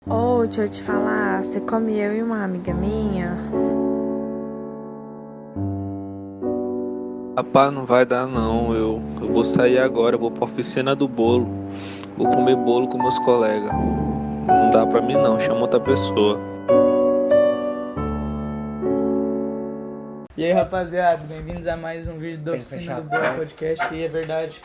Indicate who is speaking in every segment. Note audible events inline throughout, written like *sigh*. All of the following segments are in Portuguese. Speaker 1: Pô, deixa eu te falar, você come eu e uma amiga minha?
Speaker 2: Rapaz, não vai dar não. Eu, eu vou sair agora, eu vou pra oficina do bolo. Vou comer bolo com meus colegas. Não dá pra mim não, chama outra pessoa.
Speaker 3: E aí, rapaziada, bem-vindos a mais um vídeo da
Speaker 4: Tem que
Speaker 3: Oficina
Speaker 4: fechar
Speaker 3: do
Speaker 4: a
Speaker 3: Boa
Speaker 4: porta.
Speaker 3: Podcast. E é verdade.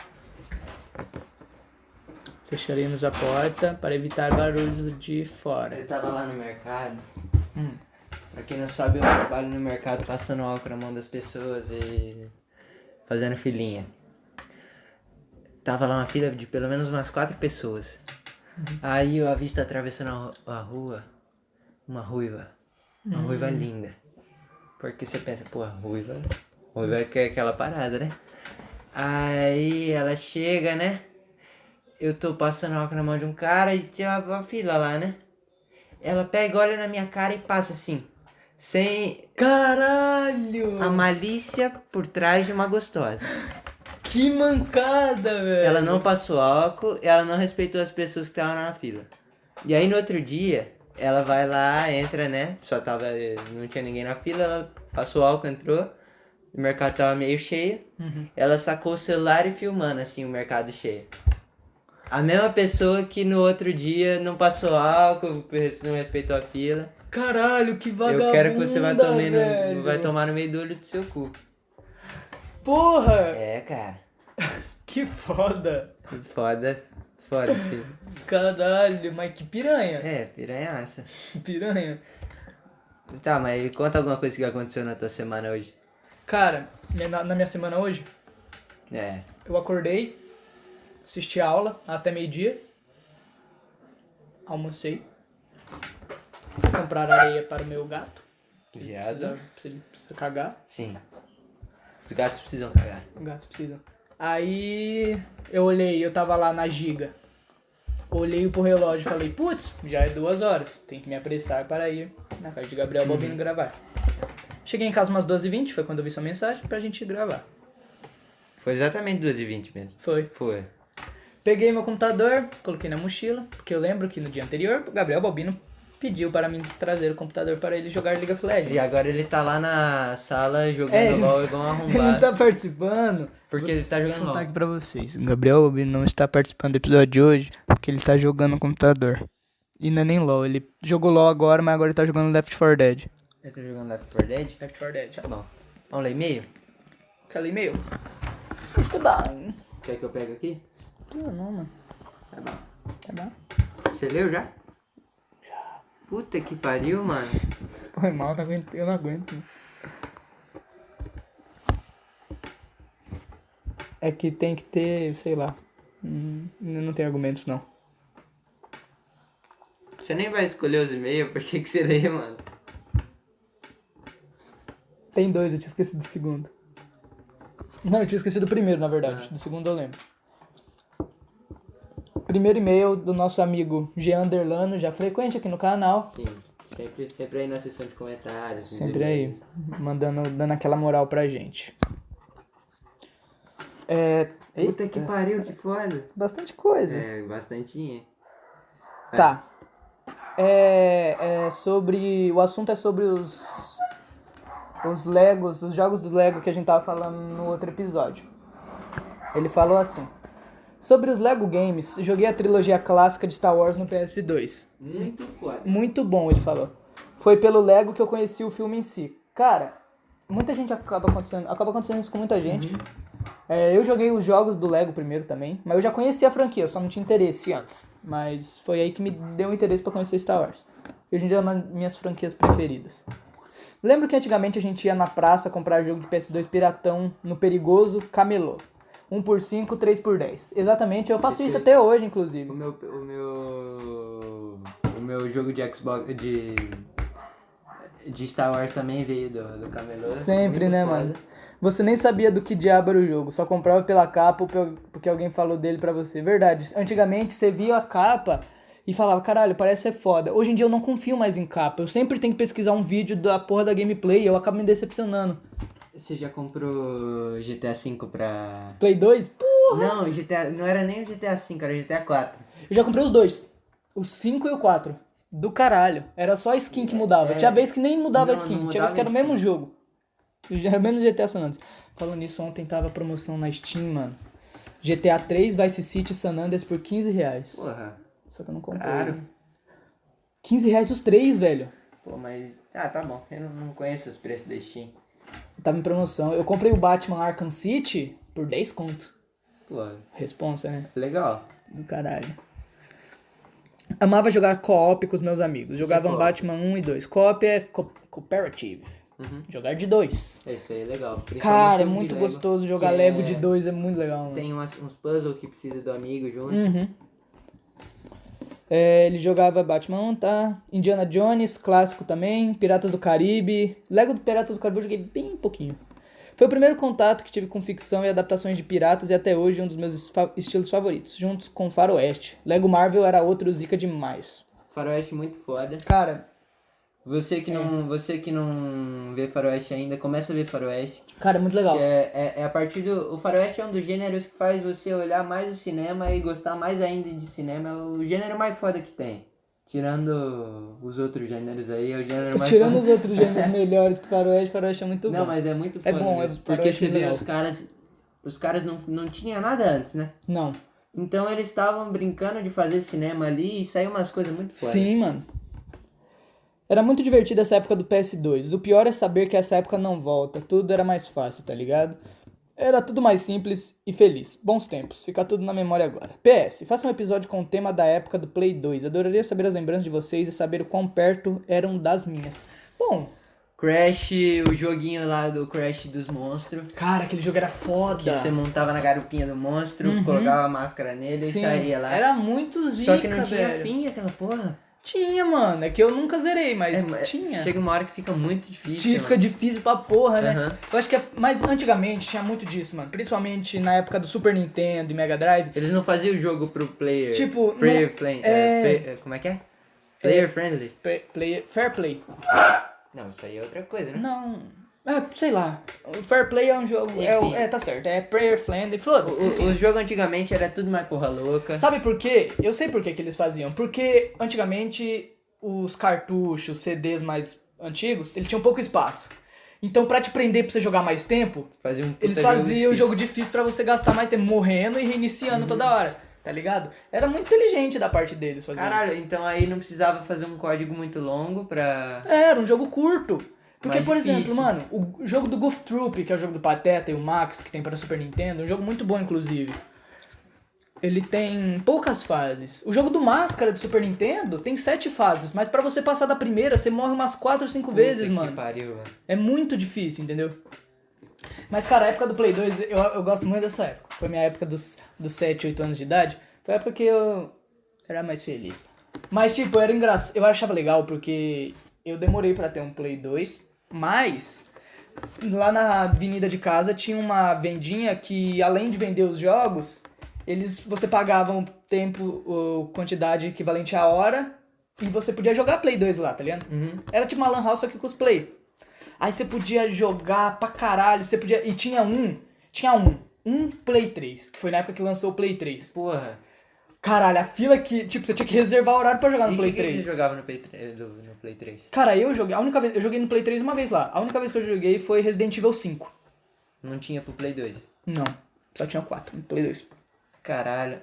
Speaker 3: Fecharemos a porta para evitar barulhos de fora.
Speaker 4: Eu tava lá no mercado. Pra quem não sabe, eu trabalho no mercado passando álcool na mão das pessoas e fazendo filinha. Tava lá uma fila de pelo menos umas quatro pessoas. Aí eu avisto atravessando a ru- a rua uma ruiva. Uma ruiva linda. Porque você pensa, pô, a ruiva. Ruiva que é aquela parada, né? Aí ela chega, né? Eu tô passando álcool na mão de um cara e tinha uma fila lá, né? Ela pega, olha na minha cara e passa assim. Sem
Speaker 3: Caralho!
Speaker 4: a malícia por trás de uma gostosa.
Speaker 3: Que mancada, velho!
Speaker 4: Ela não passou álcool, ela não respeitou as pessoas que estavam na fila. E aí no outro dia, ela vai lá, entra, né? Só tava. Não tinha ninguém na fila, ela passou álcool, entrou. O mercado tava meio cheio.
Speaker 3: Uhum.
Speaker 4: Ela sacou o celular e filmando assim o mercado cheio. A mesma pessoa que no outro dia não passou álcool, não respeitou a fila.
Speaker 3: Caralho, que vagabunda,
Speaker 4: Eu quero que você vá tomar
Speaker 3: velho.
Speaker 4: no, vai tomar no meio do olho do seu cu.
Speaker 3: Porra! *laughs*
Speaker 4: É, cara.
Speaker 3: Que foda!
Speaker 4: Foda. Foda-se.
Speaker 3: Caralho, mas que piranha!
Speaker 4: É, piranhaça.
Speaker 3: Piranha!
Speaker 4: Tá, mas conta alguma coisa que aconteceu na tua semana hoje.
Speaker 3: Cara, na- na minha semana hoje,
Speaker 4: É.
Speaker 3: Eu acordei, assisti a aula até meio-dia, almocei, fui comprar areia para o meu gato. que Precisa, precisa, precisa cagar,
Speaker 4: Sim. Os gatos precisam cagar.
Speaker 3: gatos precisam. Aí eu olhei, eu tava lá na giga. Olhei pro relógio e falei, putz, já é duas horas, tem que me apressar para ir na casa de Gabriel Bovino gravar. Cheguei em casa umas 12h20, foi quando eu vi sua mensagem, pra gente gravar.
Speaker 4: Foi exatamente 2h20 mesmo.
Speaker 3: Foi.
Speaker 4: Foi.
Speaker 3: Peguei meu computador, coloquei na mochila, porque eu lembro que no dia anterior o Gabriel Balbino pediu para mim trazer o computador para ele jogar League of Legends.
Speaker 4: E agora ele tá lá na sala jogando
Speaker 3: É, ele-
Speaker 4: LOL igual
Speaker 3: *laughs*
Speaker 4: um *laughs*
Speaker 3: ele não
Speaker 4: arrombado.
Speaker 3: tá participando.
Speaker 4: Porque ele tá jogando
Speaker 3: Vou contar
Speaker 4: LOL.
Speaker 3: aqui pra vocês. O Gabriel Balbino não está participando do episódio de hoje porque ele tá jogando no computador. E não é nem LOL, ele jogou LOL agora, mas agora ele tá jogando Left 4 Dead.
Speaker 4: Ele tá jogando Left 4 Dead?
Speaker 3: Left 4 Dead.
Speaker 4: Tá bom. Vamos lá, e-mail?
Speaker 3: Calei meio. Está bem.
Speaker 4: Quer que eu pegue aqui?
Speaker 3: Não, não, mano.
Speaker 4: Tá bom.
Speaker 3: Tá bom.
Speaker 4: Você leu já? Já. Puta que pariu, mano.
Speaker 3: Foi é mal, não aguento, eu não aguento. É que tem que ter, sei lá. hum, Não tem argumentos, não.
Speaker 4: Você nem vai escolher os e-mails, por que que você lê, mano?
Speaker 3: Tem dois, eu tinha esquecido do segundo. Não, eu tinha esquecido do primeiro, na verdade. Do segundo eu lembro. Primeiro e-mail do nosso amigo Jean Derlano, já frequente aqui no canal.
Speaker 4: Sim, sempre, sempre aí na seção de comentários. nos
Speaker 3: Sempre
Speaker 4: e-mails.
Speaker 3: aí, mandando, dando aquela moral pra gente. É.
Speaker 4: Puta que pariu, que foda.
Speaker 3: Bastante coisa.
Speaker 4: É, bastante.
Speaker 3: Tá. É, é sobre. O assunto é sobre os. Os Legos, os jogos do Lego que a gente tava falando no outro episódio. Ele falou assim: Sobre os Lego Games, joguei a trilogia clássica de Star Wars no PS2.
Speaker 4: Muito foda.
Speaker 3: Muito bom, ele falou. Foi pelo Lego que eu conheci o filme em si. Cara, muita gente acaba acontecendo, acaba acontecendo isso com muita gente. É, eu joguei os jogos do Lego primeiro também, mas eu já conhecia a franquia, eu só não tinha interesse antes. Mas foi aí que me deu interesse pra conhecer Star Wars. E hoje em dia é uma das minhas franquias preferidas. Lembro que antigamente a gente ia na praça comprar jogo de PS2 piratão no perigoso Camelô. 1 por 5, 3 por 10. Exatamente, eu faço isso até hoje, inclusive.
Speaker 4: O meu. O meu. O meu jogo de Xbox. de. De Star Wars também veio do, do Camelô.
Speaker 3: Sempre,
Speaker 4: Muito
Speaker 3: né,
Speaker 4: foda.
Speaker 3: mano? Você nem sabia do que diabo era o jogo, só comprava pela capa ou pel- porque alguém falou dele pra você. Verdade. Antigamente você via a capa e falava, caralho, parece ser foda. Hoje em dia eu não confio mais em capa. Eu sempre tenho que pesquisar um vídeo da porra da gameplay e eu acabo me decepcionando.
Speaker 4: Você já comprou GTA V pra.
Speaker 3: Play 2? Pô,
Speaker 4: Não, GTA. Não era nem o GTA V, era o GTA 4.
Speaker 3: eu já comprei os dois. O 5 e o 4. do caralho. Era só a skin que mudava.
Speaker 4: É.
Speaker 3: Tinha vez que nem mudava a
Speaker 4: Não,
Speaker 3: skin.
Speaker 4: não
Speaker 3: Tinha vez que era o
Speaker 4: mudava a
Speaker 3: mesmo jogo. Era o mesmo GTA San Andreas. Falando nisso, ontem tava promoção na Steam, mano. GTA 3 Vice City San Andreas por 15 reais.
Speaker 4: Porra.
Speaker 3: Só que eu não comprei.
Speaker 4: Caro.
Speaker 3: 15 reais os três, velho.
Speaker 4: Pô, mas. Ah, tá bom. Eu não, não conheço os preços da Steam.
Speaker 3: Tava em promoção. Eu comprei o Batman Arkham City por 10 conto.
Speaker 4: Pô,
Speaker 3: Responsa, né?
Speaker 4: legal.
Speaker 3: Do caralho. Amava jogar co-op com os meus amigos. Jogavam
Speaker 4: co-op?
Speaker 3: Batman 1 e 2. Co-op é co- cooperative. Jogar de dois.
Speaker 4: É isso aí, legal. Principalmente
Speaker 3: Cara, é
Speaker 4: Uhum. um de
Speaker 3: muito
Speaker 4: Lego,
Speaker 3: gostoso jogar
Speaker 4: que
Speaker 3: Lego
Speaker 4: é-
Speaker 3: de dois, é muito legal, mano.
Speaker 4: Tem umas- uns puzzles que precisa do amigo junto.
Speaker 3: Uhum. É, ele jogava Batman, tá? Indiana Jones, clássico também. Piratas do Caribe. Lego do Piratas do Caribe eu joguei bem pouquinho. Foi o primeiro contato que tive com ficção e adaptações de piratas e até hoje um dos meus fa- estilos favoritos, juntos com Faroeste. Lego Marvel era outro zica demais.
Speaker 4: Faroeste muito foda.
Speaker 3: Cara,
Speaker 4: Você
Speaker 3: É.
Speaker 4: que, não, você que não vê Faroeste ainda, começa a ver Faroeste.
Speaker 3: cara, é muito
Speaker 4: Que
Speaker 3: legal.
Speaker 4: é, é, é a partir do. O Faroeste é um dos gêneros que faz você olhar mais o cinema e gostar mais ainda de cinema. É o gênero mais foda que tem. Tirando os outros gêneros aí, é o gênero mais
Speaker 3: *laughs* Tirando
Speaker 4: foda.
Speaker 3: os outros *laughs* gêneros melhores que Faroeste, Faroeste é muito
Speaker 4: Não,
Speaker 3: bom.
Speaker 4: mas é muito
Speaker 3: É
Speaker 4: foda.
Speaker 3: bom, é
Speaker 4: mesmo, porque
Speaker 3: Faroeste
Speaker 4: você vê
Speaker 3: legal.
Speaker 4: os caras. Os caras não, não tinham nada antes, né?
Speaker 3: Não.
Speaker 4: Então eles estavam brincando de fazer cinema ali e saiu umas coisas muito foda.
Speaker 3: Sim, mano. Era muito divertido essa época do PS2. O pior é saber que essa época não volta. Tudo era mais fácil, tá ligado? Era tudo mais simples e feliz. Bons tempos. Fica tudo na memória agora. PS, faça um episódio com o tema da época do Play 2. Adoraria saber as lembranças de vocês e saber o quão perto eram das minhas. Bom,
Speaker 4: Crash, o joguinho lá do Crash dos monstros.
Speaker 3: cara, aquele jogo era
Speaker 4: Que
Speaker 3: foda.
Speaker 4: você montava na garupinha do monstro, colocava a máscara nele e
Speaker 3: Uhum. Sim,
Speaker 4: saía lá.
Speaker 3: Era muito zica,
Speaker 4: Só que não tinha
Speaker 3: velho.
Speaker 4: fim aquela porra.
Speaker 3: Tinha, mano. É que eu nunca zerei, mas
Speaker 4: É,
Speaker 3: tinha.
Speaker 4: Chega uma hora que fica muito difícil.
Speaker 3: Tinha, fica
Speaker 4: mano.
Speaker 3: difícil pra porra, né?
Speaker 4: Aham.
Speaker 3: Eu acho que é, mas antigamente tinha muito disso, mano. Principalmente na época do Super Nintendo e Mega Drive.
Speaker 4: Eles não faziam o jogo pro player.
Speaker 3: Tipo,
Speaker 4: player
Speaker 3: não-
Speaker 4: friendly.
Speaker 3: é-
Speaker 4: como é que é? Player friendly.
Speaker 3: Play, play- fair Play.
Speaker 4: Não, isso aí é outra coisa, né?
Speaker 3: Não. É, sei lá. O Fair Play é um jogo. É, o- é, tá certo. É Player Friendly. Foda-se.
Speaker 4: O, o jogo antigamente era tudo mais porra louca.
Speaker 3: Sabe por quê? Eu sei por que que eles faziam. Porque antigamente os cartuchos, CDs mais antigos, eles tinham pouco espaço. Então, pra te prender pra você jogar mais tempo,
Speaker 4: Fazia um puta
Speaker 3: Eles faziam o
Speaker 4: difícil.
Speaker 3: jogo difícil pra você gastar mais tempo morrendo e reiniciando toda hora, tá ligado? Era muito inteligente da parte deles fazer
Speaker 4: Caralho,
Speaker 3: isso.
Speaker 4: então aí não precisava fazer um código muito longo pra.
Speaker 3: Era um jogo curto. Porque,
Speaker 4: Mais
Speaker 3: por
Speaker 4: difícil.
Speaker 3: exemplo, mano, o jogo do Goof Troop, que é o jogo do Pateta e o Max, que tem para Super Nintendo, é um jogo muito bom, inclusive. Ele tem poucas fases. O jogo do Máscara do Super Nintendo tem sete fases, mas pra você passar da primeira, você morre umas quatro ou cinco vezes,
Speaker 4: Puta
Speaker 3: mano.
Speaker 4: Que pariu, mano.
Speaker 3: É muito difícil, entendeu? Mas, cara, a época do Play 2, eu, eu gosto muito dessa época. Foi minha época dos, dos 7, 8 anos de idade. Foi a época que eu era mais feliz. Mas, tipo, era engraçado. Eu achava legal porque eu demorei pra ter um Play 2, mas lá na avenida de casa tinha uma vendinha que, além de vender os jogos, eles você pagava um tempo, ou quantidade equivalente à hora, e você podia jogar Play 2 lá, tá ligado?
Speaker 4: Uhum.
Speaker 3: Era tipo uma lan house só que com os play. Aí você podia jogar pra caralho, você podia... E tinha um, tinha um, um Play 3, que foi na época que lançou o Play 3.
Speaker 4: Porra.
Speaker 3: Caralho, a fila que... Tipo, você tinha que reservar horário pra jogar Tá no
Speaker 4: E
Speaker 3: Play
Speaker 4: que que
Speaker 3: 3.
Speaker 4: ele jogava no Play, 3, do, no Play 3?
Speaker 3: Cara, eu joguei... A única vez... Eu joguei no Play 3 uma vez lá. A única vez que eu joguei foi Resident Evil 5.
Speaker 4: Não tinha pro Play 2.
Speaker 3: Não, só tinha 4 no Play 2.
Speaker 4: Caralho.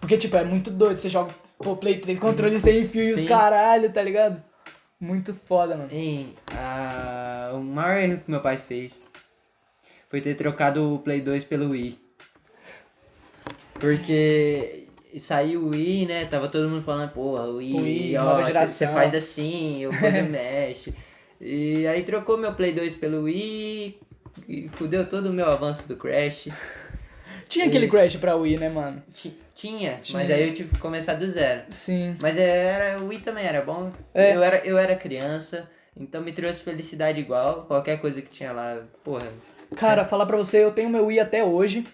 Speaker 3: Porque, tipo, é muito doido, você joga pô, Play 3, controle sem fio e os
Speaker 4: Sim.
Speaker 3: caralho, tá ligado? Muito foda, mano.
Speaker 4: Hein, ah, o maior erro que meu pai fez foi ter trocado o Play 2 pelo Wii. Porque saiu o Wii, né? Tava todo mundo falando, porra, o Wii,
Speaker 3: O Wii,
Speaker 4: ó,
Speaker 3: nova
Speaker 4: cê- cê
Speaker 3: geração.
Speaker 4: faz assim, o
Speaker 3: *laughs*
Speaker 4: coisa mexe. E aí trocou meu Play 2 pelo Wii e fudeu todo o meu avanço do Crash.
Speaker 3: Tinha aquele Crash pra Wii, né, mano?
Speaker 4: Ti- Tinha, mas
Speaker 3: Tinha.
Speaker 4: aí eu tive que começar do zero.
Speaker 3: Sim.
Speaker 4: Mas é, era, o Wii também era bom.
Speaker 3: É.
Speaker 4: Eu, era, eu era criança, então me trouxe felicidade igual. Qualquer coisa que tinha lá, porra.
Speaker 3: Cara, falar pra você, eu tenho meu Wii até hoje.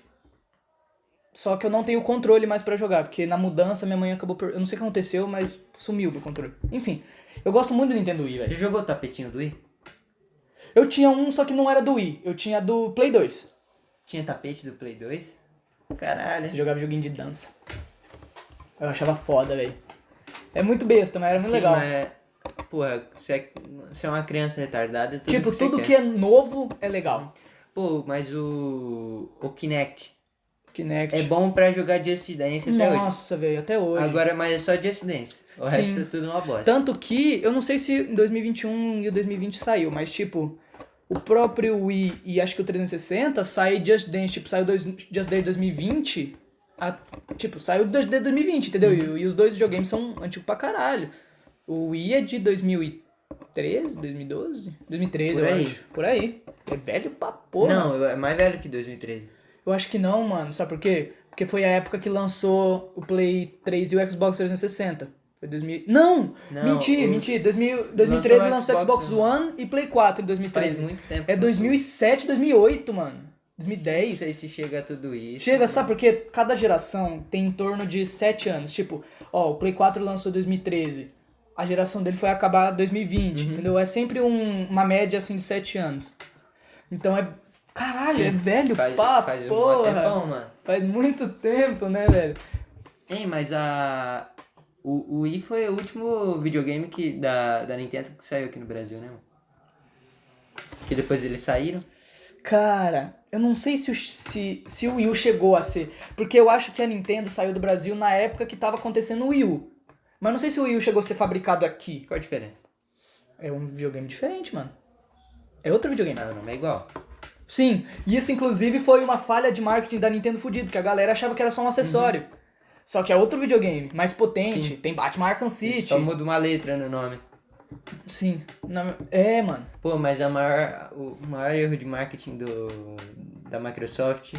Speaker 3: Só que eu não tenho o controle mais pra jogar, porque na mudança minha mãe acabou per... Eu não sei o que aconteceu, mas sumiu meu controle. Enfim, eu gosto muito do Nintendo Wii,
Speaker 4: Já
Speaker 3: velho.
Speaker 4: jogou o tapetinho do Wii?
Speaker 3: Eu tinha um, só que não era do Wii. Eu tinha do Play 2.
Speaker 4: Tinha tapete do Play 2?
Speaker 3: Você
Speaker 4: Caralho.
Speaker 3: jogava joguinho de dança. Eu achava foda, velho. É muito besta, mas era muito
Speaker 4: Sim,
Speaker 3: legal.
Speaker 4: mas, é Porra, você é, você é uma criança retardada, é tudo
Speaker 3: Tipo,
Speaker 4: que você
Speaker 3: tudo
Speaker 4: quer.
Speaker 3: que é novo é legal.
Speaker 4: Pô, mas o. O Kinect.
Speaker 3: Kinect.
Speaker 4: É bom pra jogar Just Dance até hoje.
Speaker 3: Nossa, velho, até hoje.
Speaker 4: Agora, mas é só Just Dance.
Speaker 3: Sim. Então,
Speaker 4: O resto é tudo uma bosta.
Speaker 3: Tanto que, eu não sei se em 2021 e o 2020 saiu, mas tipo, o próprio Wii e acho que o 360 saiu Just Dance, tipo, saiu dois, Just Dance 2020. a- tipo, saiu Just Dance 2020, entendeu? E, o- e os dois videogames são antigos pra caralho. O Wii é de 2013, 2012? 2013,
Speaker 4: Por
Speaker 3: eu
Speaker 4: aí.
Speaker 3: acho. Por aí. É velho pra porra.
Speaker 4: Não, eu- é mais velho que 2013.
Speaker 3: Eu acho que não, mano. Sabe por quê? Porque foi a época que lançou o Play 3 e o Xbox 360. Foi 2000. Não!
Speaker 4: Não,
Speaker 3: mentira,
Speaker 4: o-
Speaker 3: mentira. 2000, 2013
Speaker 4: lançou o
Speaker 3: lançou o Xbox
Speaker 4: Xbox,
Speaker 3: One e Play 4 em
Speaker 4: Faz
Speaker 3: 2013.
Speaker 4: muito tempo.
Speaker 3: É 2007, 2008, mano.
Speaker 4: Não sei
Speaker 3: 2010.
Speaker 4: se é. chega a tudo isso.
Speaker 3: Chega, assim sabe por quê? Cada geração tem em torno de 7 anos. Tipo, ó, o Play 4 lançou em 2013. A geração dele foi acabar em 2020,
Speaker 4: Uhum.
Speaker 3: entendeu? É sempre um- uma média assim de 7 anos. Então é. Caralho,
Speaker 4: Sim,
Speaker 3: é velho,
Speaker 4: Faz,
Speaker 3: pá,
Speaker 4: faz um
Speaker 3: porra.
Speaker 4: mó tempão, mano.
Speaker 3: Faz muito tempo, né, velho?
Speaker 4: Ei, mas a. O, o Wii foi o último videogame que, da, da Nintendo que saiu aqui no Brasil, né, mano? Que depois eles saíram.
Speaker 3: Cara, eu não sei se o, se, se o Wii U chegou a ser. Porque eu acho que a Nintendo saiu do Brasil na época que tava acontecendo o Wii U. Mas não sei se o Wii U chegou a ser fabricado aqui.
Speaker 4: Qual a diferença?
Speaker 3: É um videogame diferente, mano. É outro videogame.
Speaker 4: Ah, o nome é igual.
Speaker 3: Sim, e isso inclusive foi uma falha de marketing da Nintendo fudido, que a galera achava que era só um acessório. Só que é outro videogame, mais potente, tem Batman Arkham City.
Speaker 4: Só muda uma letra no nome.
Speaker 3: Sim, na- é, mano.
Speaker 4: Pô, mas a maior, o maior erro de marketing do, da Microsoft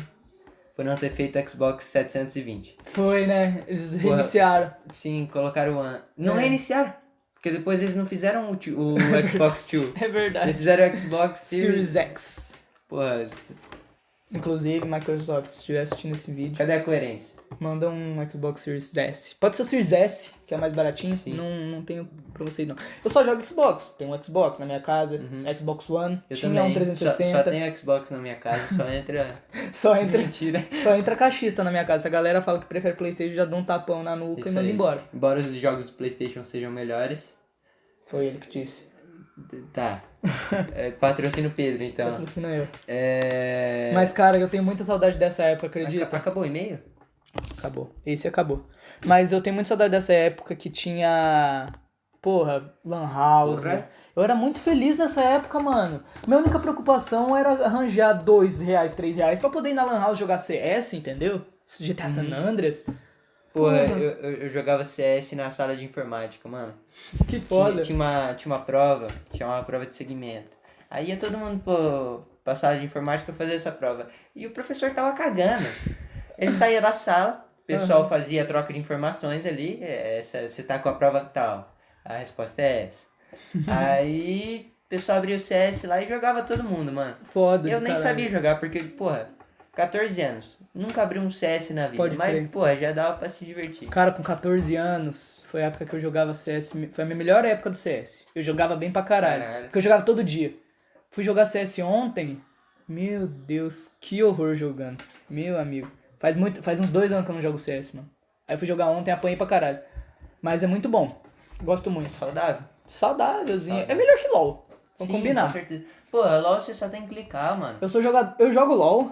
Speaker 4: foi não ter feito Xbox 720.
Speaker 3: Foi, né? Eles
Speaker 4: Porra.
Speaker 3: reiniciaram.
Speaker 4: Sim, colocaram o One. Não
Speaker 3: É.
Speaker 4: reiniciaram, porque depois eles não fizeram o, ti- o
Speaker 3: *laughs*
Speaker 4: Xbox 2.
Speaker 3: É verdade.
Speaker 4: Eles fizeram o Xbox Series.
Speaker 3: Series X.
Speaker 4: Porra,
Speaker 3: Inclusive, Microsoft, se estiver assistindo esse vídeo,
Speaker 4: cadê a coerência?
Speaker 3: manda um Xbox Series S. Pode ser o Series S, que é mais baratinho.
Speaker 4: Sim.
Speaker 3: Não, não tenho pra vocês, não. Eu só jogo Xbox. Tenho um Xbox na minha casa, Xbox One.
Speaker 4: Uhum. Eu
Speaker 3: tinha
Speaker 4: também
Speaker 3: um
Speaker 4: Só, só
Speaker 3: 360. Só,
Speaker 4: tem Xbox na minha casa, só
Speaker 3: *laughs*
Speaker 4: entra. *laughs*
Speaker 3: entra,
Speaker 4: Mentira.
Speaker 3: só entra caixista na minha casa. Se a galera fala que prefere Playstation, já dá um tapão na nuca
Speaker 4: Isso
Speaker 3: e manda
Speaker 4: aí.
Speaker 3: embora.
Speaker 4: Embora os jogos do PlayStation sejam melhores.
Speaker 3: Foi ele que disse. *laughs*
Speaker 4: Tá. É, patrocina o Pedro, então.
Speaker 3: Patrocina eu.
Speaker 4: É.
Speaker 3: Mas, cara, eu tenho muita saudade dessa época, acredita?
Speaker 4: Aca- Acabou o e-mail?
Speaker 3: Acabou. Esse acabou. Mas eu tenho muita saudade dessa época que tinha. Porra, Lan House.
Speaker 4: Porra. é?
Speaker 3: Eu era muito feliz nessa época, mano. Minha única preocupação era arranjar dois reais, três reais pra poder ir na Lan House jogar CS, entendeu? GTA San
Speaker 4: Uhum.
Speaker 3: Andreas.
Speaker 4: Porra,
Speaker 3: Porra.
Speaker 4: eu, eu, eu jogava CS na sala de informática, mano.
Speaker 3: Que
Speaker 4: Tinha-
Speaker 3: foda.
Speaker 4: Tinha, uma, tinha uma prova, tinha uma prova de segmento. Aí ia todo mundo pro, pra sala de informática fazer essa prova. E o professor tava cagando. Ele saía da sala, o pessoal fazia a troca de informações ali. é, Essa, você tá com a prova tal. A resposta é essa. Aí o pessoal abria o CS lá e jogava todo mundo, mano.
Speaker 3: Foda.
Speaker 4: Eu
Speaker 3: do
Speaker 4: nem
Speaker 3: caralho.
Speaker 4: sabia jogar, porque, porra, 14 anos. Nunca abri um CS na vida.
Speaker 3: Pode
Speaker 4: mas,
Speaker 3: crer.
Speaker 4: porra, já dava pra se divertir.
Speaker 3: Cara, com 14 anos, foi a época que eu jogava CS. Foi a minha melhor época do CS. Eu jogava bem pra caralho.
Speaker 4: Caralho.
Speaker 3: Porque eu jogava todo dia. Fui jogar CS ontem. Meu Deus, que horror jogando. Meu amigo. Faz, muito, faz uns dois anos que eu não jogo CS, mano. Aí eu fui jogar ontem, apanhei pra caralho. Mas é muito bom. Gosto muito.
Speaker 4: Saudável.
Speaker 3: Saudávelzinho.
Speaker 4: Saudável.
Speaker 3: É melhor que LOL. Vamos
Speaker 4: Sim, Com
Speaker 3: combinar.
Speaker 4: certeza. Pô, a LOL você só tem que clicar, mano.
Speaker 3: Eu sou jogador. Eu jogo LOL,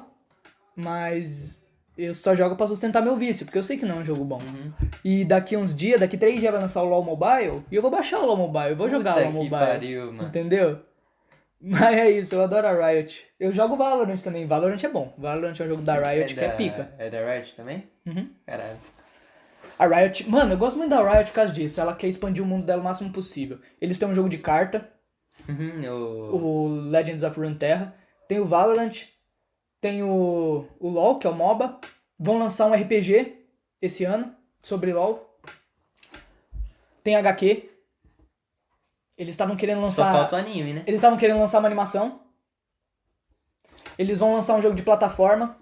Speaker 3: mas eu só jogo pra sustentar meu vício, porque eu sei que não é um jogo bom.
Speaker 4: Uhum.
Speaker 3: E daqui uns dias, daqui três dias vai lançar o LOL Mobile e eu vou baixar o LOL Mobile, eu vou jogar
Speaker 4: Puta
Speaker 3: o LOL
Speaker 4: que
Speaker 3: Mobile.
Speaker 4: pariu, mano.
Speaker 3: Entendeu? Mas é isso, eu adoro a Riot. Eu jogo Valorant também. Valorant é bom. Valorant é um jogo da Riot que
Speaker 4: da-
Speaker 3: é pica.
Speaker 4: É da Riot também?
Speaker 3: Uhum.
Speaker 4: Caralho.
Speaker 3: A Riot, mano, eu gosto muito da Riot por causa disso. Ela quer expandir o mundo dela o máximo possível. Eles têm um jogo de carta,
Speaker 4: Uhum, o...
Speaker 3: o Legends of Runeterra, tem o Valorant, tem o, o LoL, que é o MOBA. Vão lançar um RPG esse ano sobre LoL. Tem HQ. Eles estavam querendo
Speaker 4: Só
Speaker 3: lançar.
Speaker 4: falta o anime, né?
Speaker 3: Eles estavam querendo lançar uma animação. Eles vão lançar um jogo de plataforma.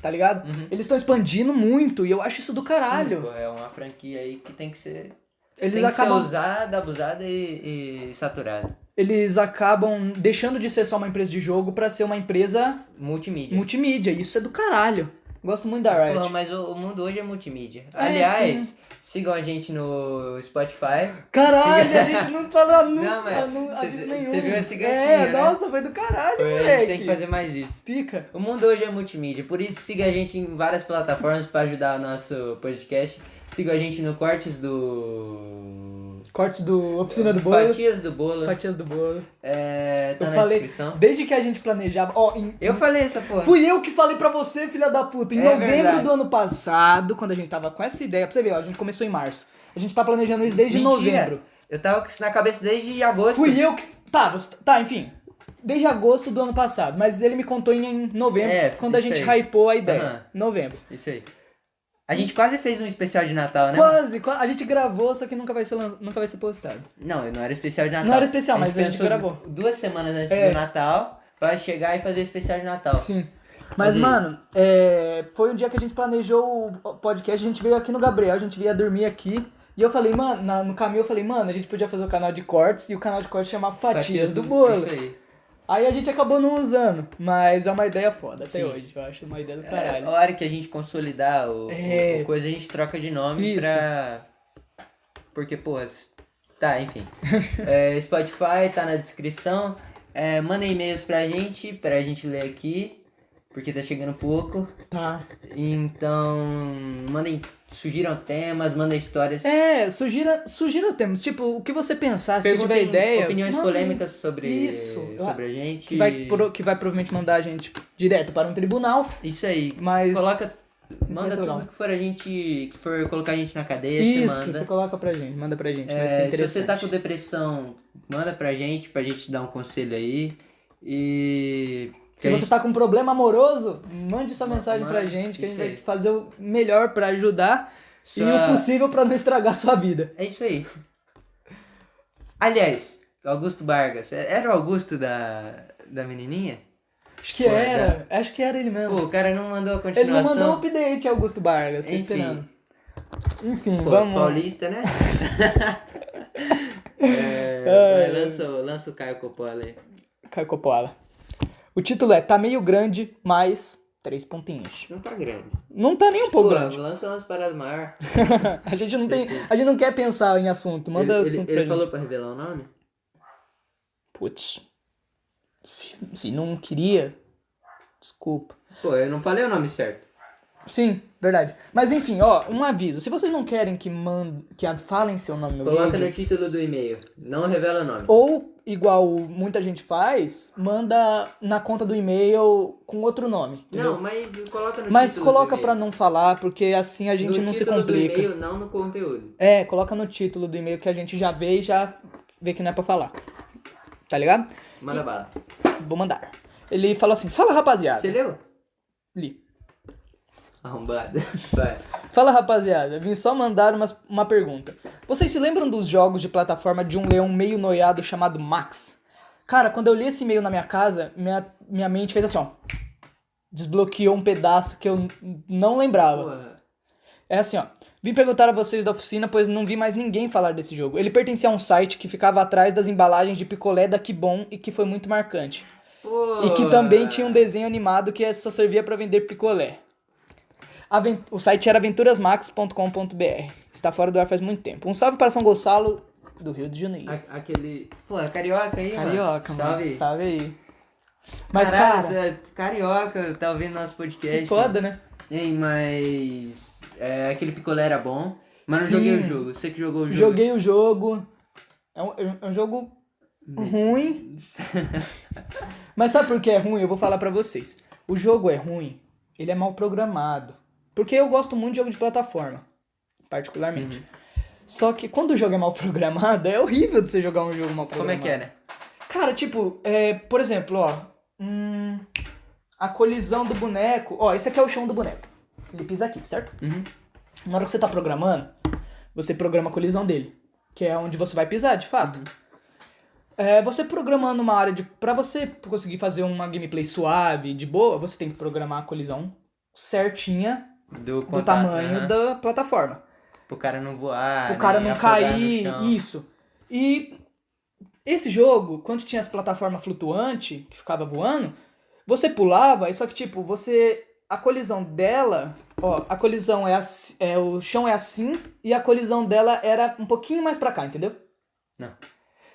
Speaker 3: Tá ligado?
Speaker 4: Uhum.
Speaker 3: Eles estão expandindo muito e eu acho isso do
Speaker 4: Sim,
Speaker 3: caralho.
Speaker 4: pô, é uma franquia aí que tem que ser.
Speaker 3: Eles
Speaker 4: tem que
Speaker 3: acabam
Speaker 4: ser usada, abusada e, e saturada.
Speaker 3: eles acabam deixando de ser só uma empresa de jogo pra ser uma empresa
Speaker 4: Multimídia.
Speaker 3: multimídia. Isso é do caralho. Gosto muito da Riot.
Speaker 4: Porra, mas o, o mundo hoje é multimídia.
Speaker 3: É,
Speaker 4: Aliás, Sigam a gente no Spotify.
Speaker 3: Caralho, a gente não tá no
Speaker 4: *laughs*
Speaker 3: anúncio,
Speaker 4: Não, mas
Speaker 3: anu-
Speaker 4: cê-
Speaker 3: aviso
Speaker 4: cê
Speaker 3: nenhum.
Speaker 4: viu esse
Speaker 3: É,
Speaker 4: ganchinho, né?
Speaker 3: nossa, foi do caralho,
Speaker 4: A
Speaker 3: moleque.
Speaker 4: gente tem que fazer mais isso.
Speaker 3: Pica.
Speaker 4: O mundo hoje é multimídia, por isso siga a gente em várias plataformas pra ajudar nosso podcast. Siga a gente no Cortes do.
Speaker 3: Cortes do Oficina Né, do Bolo.
Speaker 4: Fatias do Bolo.
Speaker 3: Fatias do Bolo.
Speaker 4: É, tá
Speaker 3: eu
Speaker 4: na
Speaker 3: falei,
Speaker 4: descrição.
Speaker 3: desde que a gente planejava... Ó, em-
Speaker 4: Eu falei essa porra.
Speaker 3: Fui eu que falei pra você, filha da puta. Em
Speaker 4: É
Speaker 3: novembro
Speaker 4: verdade.
Speaker 3: do ano passado, quando a gente tava com essa ideia, pra você ver, ó, a gente começou em março. A gente tá planejando isso desde
Speaker 4: Mentira.
Speaker 3: novembro.
Speaker 4: Eu tava com isso na cabeça desde agosto.
Speaker 3: Fui eu que. Tá, você- tá, enfim. Desde agosto do ano passado, mas ele me contou em, em novembro,
Speaker 4: É,
Speaker 3: quando a
Speaker 4: isso
Speaker 3: gente
Speaker 4: aí.
Speaker 3: hypou a ideia.
Speaker 4: Aham.
Speaker 3: Novembro.
Speaker 4: Isso aí. A gente quase fez um especial de Natal, né?
Speaker 3: Quase, quase, a gente gravou, só que nunca vai ser, lan- nunca vai ser postado.
Speaker 4: Não, não era especial de Natal.
Speaker 3: Não era especial, mas a gente
Speaker 4: pensou
Speaker 3: gravou.
Speaker 4: Duas semanas antes
Speaker 3: É.
Speaker 4: do Natal, pra chegar e fazer especial de Natal.
Speaker 3: Sim. Mas,
Speaker 4: Mas e aí?
Speaker 3: mano, é, foi um dia que a gente planejou o podcast, a gente veio aqui no Gabriel, a gente veio dormir aqui. E eu falei, mano, na- no caminho eu falei, mano, a gente podia fazer o canal de cortes e o canal de cortes chamar Fatias, do Bolo.
Speaker 4: Isso aí.
Speaker 3: Aí a gente acabou não usando, mas é uma ideia foda até
Speaker 4: Sim.
Speaker 3: hoje, eu acho uma ideia do
Speaker 4: É,
Speaker 3: caralho.
Speaker 4: a hora que a gente consolidar o,
Speaker 3: É.
Speaker 4: o coisa, a gente troca de nome
Speaker 3: Isso.
Speaker 4: pra. Porque, porra. s-
Speaker 3: *laughs*
Speaker 4: Tá, enfim. É, Spotify tá na descrição. É, manda e-mails pra gente, pra gente ler aqui. Porque tá chegando pouco.
Speaker 3: Tá.
Speaker 4: Então, mandem. Sugiram temas, mandem histórias.
Speaker 3: É, sugira, sugira temas, tipo, o que você pensar, se tiver
Speaker 4: Perguntem
Speaker 3: ideia.
Speaker 4: Opiniões
Speaker 3: manda.
Speaker 4: polêmicas sobre,
Speaker 3: Isso.
Speaker 4: sobre a gente.
Speaker 3: Que vai, pro- que vai provavelmente mandar a gente direto para um tribunal,
Speaker 4: Isso aí.
Speaker 3: mas.
Speaker 4: Coloca.
Speaker 3: vai
Speaker 4: Manda
Speaker 3: ser legal.
Speaker 4: tudo que for a gente. Que for colocar a gente na cadeia,
Speaker 3: Isso,
Speaker 4: você manda.
Speaker 3: você coloca pra gente, manda pra gente, vai ser
Speaker 4: É, se
Speaker 3: interessante.
Speaker 4: você tá com depressão, manda pra gente, pra gente dar um conselho aí. E. que
Speaker 3: Se
Speaker 4: a
Speaker 3: você
Speaker 4: gente-
Speaker 3: tá com um problema amoroso, mande sua
Speaker 4: Ma-
Speaker 3: mensagem pra
Speaker 4: manda,
Speaker 3: gente que a gente
Speaker 4: isso
Speaker 3: vai
Speaker 4: aí.
Speaker 3: fazer o melhor pra ajudar e
Speaker 4: Sua-
Speaker 3: o possível pra não estragar sua vida.
Speaker 4: É isso aí. Aliás, Augusto Vargas, é- era o Augusto da, da menininha?
Speaker 3: Acho que
Speaker 4: Pô, é
Speaker 3: era, acho que era ele mesmo.
Speaker 4: Pô, o cara não mandou a
Speaker 3: ele não
Speaker 4: continuação.
Speaker 3: mandou um update, Augusto Vargas, tô
Speaker 4: Enfim.
Speaker 3: esperando. Enfim,
Speaker 4: Pô,
Speaker 3: vamos.
Speaker 4: paulista,
Speaker 3: *laughs*
Speaker 4: né? é,
Speaker 3: Ai,
Speaker 4: vai, lança, o- lança o Caio Coppola aí.
Speaker 3: Caio Coppola. O título é Tá meio grande, mas três pontinhos.
Speaker 4: Não tá grande.
Speaker 3: Não tá nem um pouco
Speaker 4: Pô,
Speaker 3: grande. *laughs*
Speaker 4: lança umas paradas maiores.
Speaker 3: a gente não tem, a gente não quer pensar em assunto, manda
Speaker 4: ele,
Speaker 3: assunto
Speaker 4: ele, ele
Speaker 3: pra gente.
Speaker 4: falou pra revelar o nome?
Speaker 3: Putz. Se, se não queria, desculpa.
Speaker 4: Pô, eu não falei o nome certo.
Speaker 3: Sim, verdade. Mas enfim, ó, um aviso. Se vocês não querem que mand... que a- falem seu nome no
Speaker 4: Coloca
Speaker 3: vídeo,
Speaker 4: no título do e-mail. Não revela o nome.
Speaker 3: ou igual muita gente faz, manda na conta do e-mail com outro nome. entendeu?
Speaker 4: Não, mas coloca no
Speaker 3: Mas
Speaker 4: título
Speaker 3: coloca
Speaker 4: do
Speaker 3: pra
Speaker 4: e-mail.
Speaker 3: não falar, porque assim a gente
Speaker 4: no
Speaker 3: não se
Speaker 4: título
Speaker 3: complica.
Speaker 4: Do e-mail, não no conteúdo.
Speaker 3: É, coloca no título do e-mail que a gente já vê e já vê que não é pra falar. Tá ligado?
Speaker 4: Manda bala.
Speaker 3: Vou mandar. Ele falou assim: "Fala, rapaziada".
Speaker 4: Você leu?
Speaker 3: Li.
Speaker 4: Arrombado. *laughs* Vai.
Speaker 3: Fala rapaziada, vim só mandar umas- uma pergunta. Vocês se lembram dos jogos de plataforma de um leão meio noiado chamado Max? Cara, quando eu li esse e-mail na minha casa, minha, minha mente fez assim, ó. Desbloqueou um pedaço que eu n- não lembrava.
Speaker 4: Porra.
Speaker 3: É assim, ó. Vim perguntar a vocês da oficina, pois não vi mais ninguém falar desse jogo. Ele pertencia a um site que ficava atrás das embalagens de picolé da Kibon e que foi muito marcante.
Speaker 4: Porra.
Speaker 3: E que também tinha um desenho animado que só servia pra vender picolé. Aven- O site era aventurasmax.com.br. Está fora do ar faz muito tempo. Um salve para São Gonçalo do Rio de Janeiro.
Speaker 4: A- aquele. Pô, é carioca aí,
Speaker 3: Carioca,
Speaker 4: mano.
Speaker 3: mano.
Speaker 4: Salve.
Speaker 3: Salve aí. Mas,
Speaker 4: Caralho,
Speaker 3: cara,
Speaker 4: tá- Carioca, tá ouvindo nosso podcast.
Speaker 3: que foda, né?
Speaker 4: Ei, mas. é, aquele picolé era bom. Mas não
Speaker 3: Sim.
Speaker 4: joguei o jogo. Você que jogou o jogo.
Speaker 3: Joguei o jogo. É um, é um jogo ruim.
Speaker 4: *laughs*
Speaker 3: Mas sabe por que é ruim? Eu vou falar pra vocês. O jogo é ruim, ele é mal programado. Porque eu gosto muito de jogo de plataforma, particularmente.
Speaker 4: Uhum.
Speaker 3: Só que quando o jogo é mal programado, é horrível de você jogar um jogo mal programado.
Speaker 4: Como é que é, né?
Speaker 3: Cara, tipo, é, por exemplo, ó. hum, a colisão do boneco. Ó, esse aqui é o chão do boneco. Ele pisa aqui, certo?
Speaker 4: Uhum.
Speaker 3: Na hora que você tá programando, você programa a colisão dele, que é onde você vai pisar, de fato. É, você programando uma área de. Pra você conseguir fazer uma gameplay suave, de boa, você tem que programar a colisão certinha
Speaker 4: Do,
Speaker 3: do
Speaker 4: contato,
Speaker 3: tamanho
Speaker 4: né?
Speaker 3: da plataforma
Speaker 4: Pro cara não voar.
Speaker 3: o cara
Speaker 4: nem
Speaker 3: não
Speaker 4: afogar né, no
Speaker 3: cair,
Speaker 4: chão.
Speaker 3: isso. E esse jogo, quando tinha as plataformas flutuantes, que ficava voando, você pulava, e só que tipo, você. A colisão dela Ó, a colisão é assim. É, o chão é assim e a colisão dela era um pouquinho mais pra cá, entendeu?
Speaker 4: Não.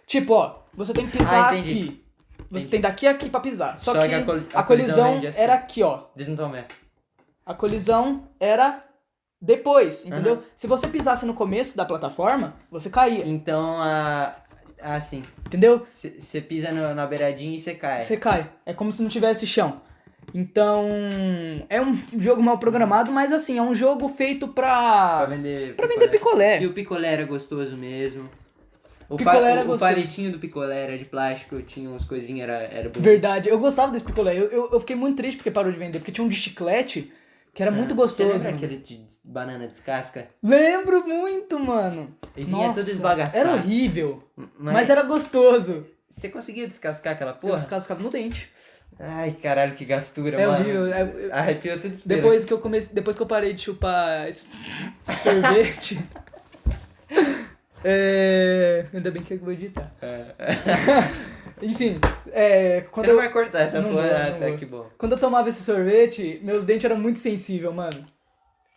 Speaker 3: Tipo, ó, você tem que pisar
Speaker 4: Ah, entendi.
Speaker 3: aqui. Você
Speaker 4: Entendi.
Speaker 3: tem daqui a aqui pra pisar. Só,
Speaker 4: Só
Speaker 3: que,
Speaker 4: que a coli-
Speaker 3: a,
Speaker 4: a
Speaker 3: colisão,
Speaker 4: colisão é de assim.
Speaker 3: era aqui, ó.
Speaker 4: Diz no Tomé.
Speaker 3: A colisão era depois, entendeu?
Speaker 4: Aham.
Speaker 3: Se você pisasse no começo da plataforma, você caía,
Speaker 4: Então a. Ah, sim.
Speaker 3: entendeu?
Speaker 4: Você pisa no- na beiradinha e você cai.
Speaker 3: Você cai. É como se não tivesse chão. Então, é um jogo mal programado, mas assim, é um jogo feito
Speaker 4: Pra
Speaker 3: pra.
Speaker 4: vender.
Speaker 3: pra vender picolé.
Speaker 4: E o picolé era gostoso mesmo. O,
Speaker 3: Picolé
Speaker 4: pa-
Speaker 3: era
Speaker 4: o- o
Speaker 3: gostoso.
Speaker 4: palitinho do picolé era de plástico, tinha umas coisinhas, era, era bonito.
Speaker 3: Verdade, eu gostava desse picolé. Eu, eu, eu fiquei muito triste porque parou de vender, porque tinha um de chiclete que era
Speaker 4: Ah,
Speaker 3: muito
Speaker 4: Você
Speaker 3: gostoso.
Speaker 4: lembra
Speaker 3: mano.
Speaker 4: aquele de banana descasca?
Speaker 3: Lembro muito, mano.
Speaker 4: E vinha todo esbagaçado.
Speaker 3: Era horrível, mas,
Speaker 4: Mas,
Speaker 3: era gostoso.
Speaker 4: você conseguia descascar aquela
Speaker 3: Porra. Eu
Speaker 4: porra?
Speaker 3: descascava no dente.
Speaker 4: Ai, caralho, que gastura,
Speaker 3: É
Speaker 4: mano.
Speaker 3: horrível. é-
Speaker 4: Arrepiou tudo espelho.
Speaker 3: depois que eu comecei, depois que eu parei de chupar es- sorvete. *laughs* é, ainda bem que eu vou editar. *laughs* Enfim, é, quando
Speaker 4: É. você
Speaker 3: eu
Speaker 4: não vai cortar essa
Speaker 3: Não
Speaker 4: porra,
Speaker 3: vou,
Speaker 4: ah,
Speaker 3: não
Speaker 4: tá,
Speaker 3: vou.
Speaker 4: que bom.
Speaker 3: Quando eu tomava esse sorvete, meus dentes eram muito sensíveis, mano.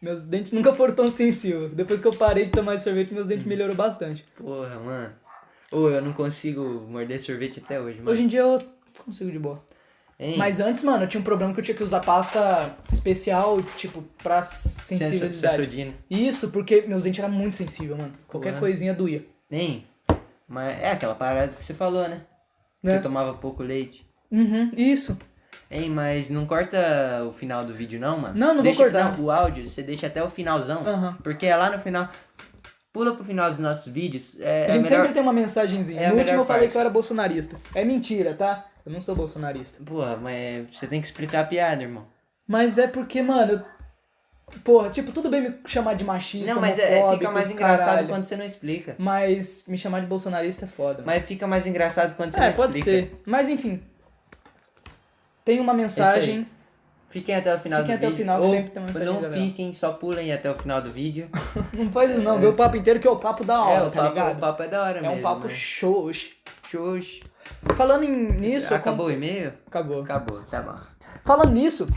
Speaker 3: Meus dentes nunca foram tão sensíveis. Depois que eu parei de tomar esse sorvete, meus
Speaker 4: Uhum.
Speaker 3: dentes melhoraram bastante.
Speaker 4: Porra, mano. Ou eu não consigo morder sorvete até hoje, mano.
Speaker 3: Hoje em dia eu consigo de boa.
Speaker 4: Hein?
Speaker 3: Mas antes, mano, eu tinha um problema que eu tinha que usar pasta especial, tipo, pra
Speaker 4: senso,
Speaker 3: sensibilidade.
Speaker 4: sensodina.
Speaker 3: Isso, porque meus dentes eram muito sensíveis, mano. Qualquer
Speaker 4: Porra.
Speaker 3: coisinha doía.
Speaker 4: Hein? Mas é aquela parada que você falou, né?
Speaker 3: Né?
Speaker 4: Você tomava pouco leite.
Speaker 3: Uhum, isso.
Speaker 4: Hein, mas não corta o final do vídeo não, mano.
Speaker 3: Não, não vou
Speaker 4: deixa,
Speaker 3: cortar. Ah.
Speaker 4: Não, o áudio você deixa até o finalzão.
Speaker 3: Aham.
Speaker 4: Porque é lá no final. Pula pro final dos nossos vídeos. É,
Speaker 3: a
Speaker 4: é
Speaker 3: gente
Speaker 4: melhor.
Speaker 3: sempre tem uma mensagenzinha.
Speaker 4: é a
Speaker 3: no último
Speaker 4: melhor
Speaker 3: eu falei
Speaker 4: parte.
Speaker 3: que eu era bolsonarista. É mentira, tá? Eu não sou bolsonarista.
Speaker 4: Porra, mas você tem que explicar a piada, irmão.
Speaker 3: Mas é porque, mano, eu- porra, tipo, tudo bem me chamar de machista,
Speaker 4: não, mas é, é- fica
Speaker 3: homofóbico,
Speaker 4: mais
Speaker 3: os
Speaker 4: engraçado
Speaker 3: caralho,
Speaker 4: quando você não explica.
Speaker 3: Mas me chamar de bolsonarista é foda.
Speaker 4: Mas fica mais engraçado quando você
Speaker 3: é,
Speaker 4: não
Speaker 3: pode
Speaker 4: explica. É
Speaker 3: ser. Mas enfim. Tem uma mensagem.
Speaker 4: Fiquem até o final
Speaker 3: Fiquem
Speaker 4: do
Speaker 3: até o
Speaker 4: vídeo.
Speaker 3: final, que
Speaker 4: ou,
Speaker 3: sempre tem uma mensagem
Speaker 4: Não
Speaker 3: legal.
Speaker 4: fiquem, só pulem até o final do vídeo.
Speaker 3: Não faz isso não, vê o papo inteiro que é o papo da aula,
Speaker 4: é, o
Speaker 3: tá
Speaker 4: papo,
Speaker 3: ligado?
Speaker 4: o papo é da hora
Speaker 3: é
Speaker 4: mesmo.
Speaker 3: um papo
Speaker 4: mano.
Speaker 3: show.
Speaker 4: Xoxo.
Speaker 3: Falando em- nisso. eu
Speaker 4: Acabou o e-mail?
Speaker 3: com- Acabou.
Speaker 4: Acabou, tá bom.
Speaker 3: Falando nisso,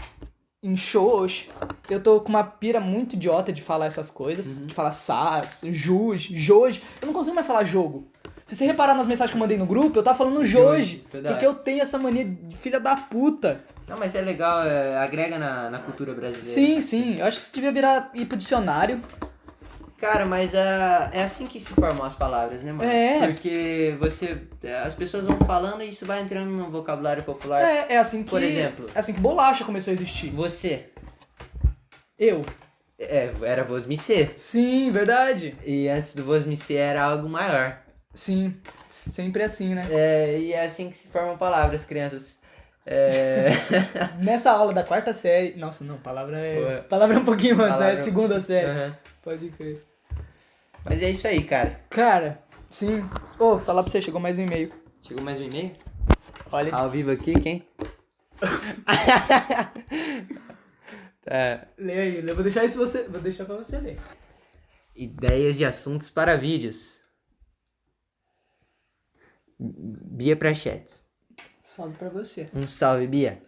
Speaker 3: em shows, eu tô com uma pira muito idiota de falar essas coisas,
Speaker 4: Uhum.
Speaker 3: de falar SAS, Juj, Joj. Eu não consigo mais falar jogo. Se você reparar nas mensagens que eu mandei no grupo, eu tava falando
Speaker 4: Joge,
Speaker 3: Joj,
Speaker 4: toda
Speaker 3: porque eu
Speaker 4: hora.
Speaker 3: tenho essa mania de filha da puta.
Speaker 4: Não, mas é legal, é, agrega na, na cultura brasileira.
Speaker 3: Sim, sim, eu acho que isso devia virar ir pro dicionário.
Speaker 4: Cara, mas ah, é assim que se formam as palavras, né, mano?
Speaker 3: É.
Speaker 4: Porque você. eh, As pessoas vão falando e isso vai entrando no vocabulário popular.
Speaker 3: É, é assim que.
Speaker 4: Por exemplo.
Speaker 3: É assim que bolacha começou a existir.
Speaker 4: Você.
Speaker 3: Eu.
Speaker 4: É, era vosmicê.
Speaker 3: Sim, verdade.
Speaker 4: E antes do vosmicê era algo maior.
Speaker 3: Sim. Sempre assim, né?
Speaker 4: É, e é assim que se formam palavras, crianças. É.
Speaker 3: *laughs* Nessa aula da quarta série. Nossa, não, palavra é.
Speaker 4: Ué.
Speaker 3: Palavra é um pouquinho antes, né?
Speaker 4: Palavra-
Speaker 3: Segunda série.
Speaker 4: Aham.
Speaker 3: Pode crer.
Speaker 4: Mas é isso aí, cara.
Speaker 3: Cara, sim. Ô, falar pra você, chegou mais um e-mail.
Speaker 4: Chegou mais um e-mail?
Speaker 3: Olha.
Speaker 4: Ao vivo aqui, quem? tá.
Speaker 3: Lê aí, eu vou deixar isso você. Vou deixar pra você ler.
Speaker 4: Ideias de assuntos para vídeos. Bia Prachetes.
Speaker 3: Salve pra você.
Speaker 4: Um salve, Bia.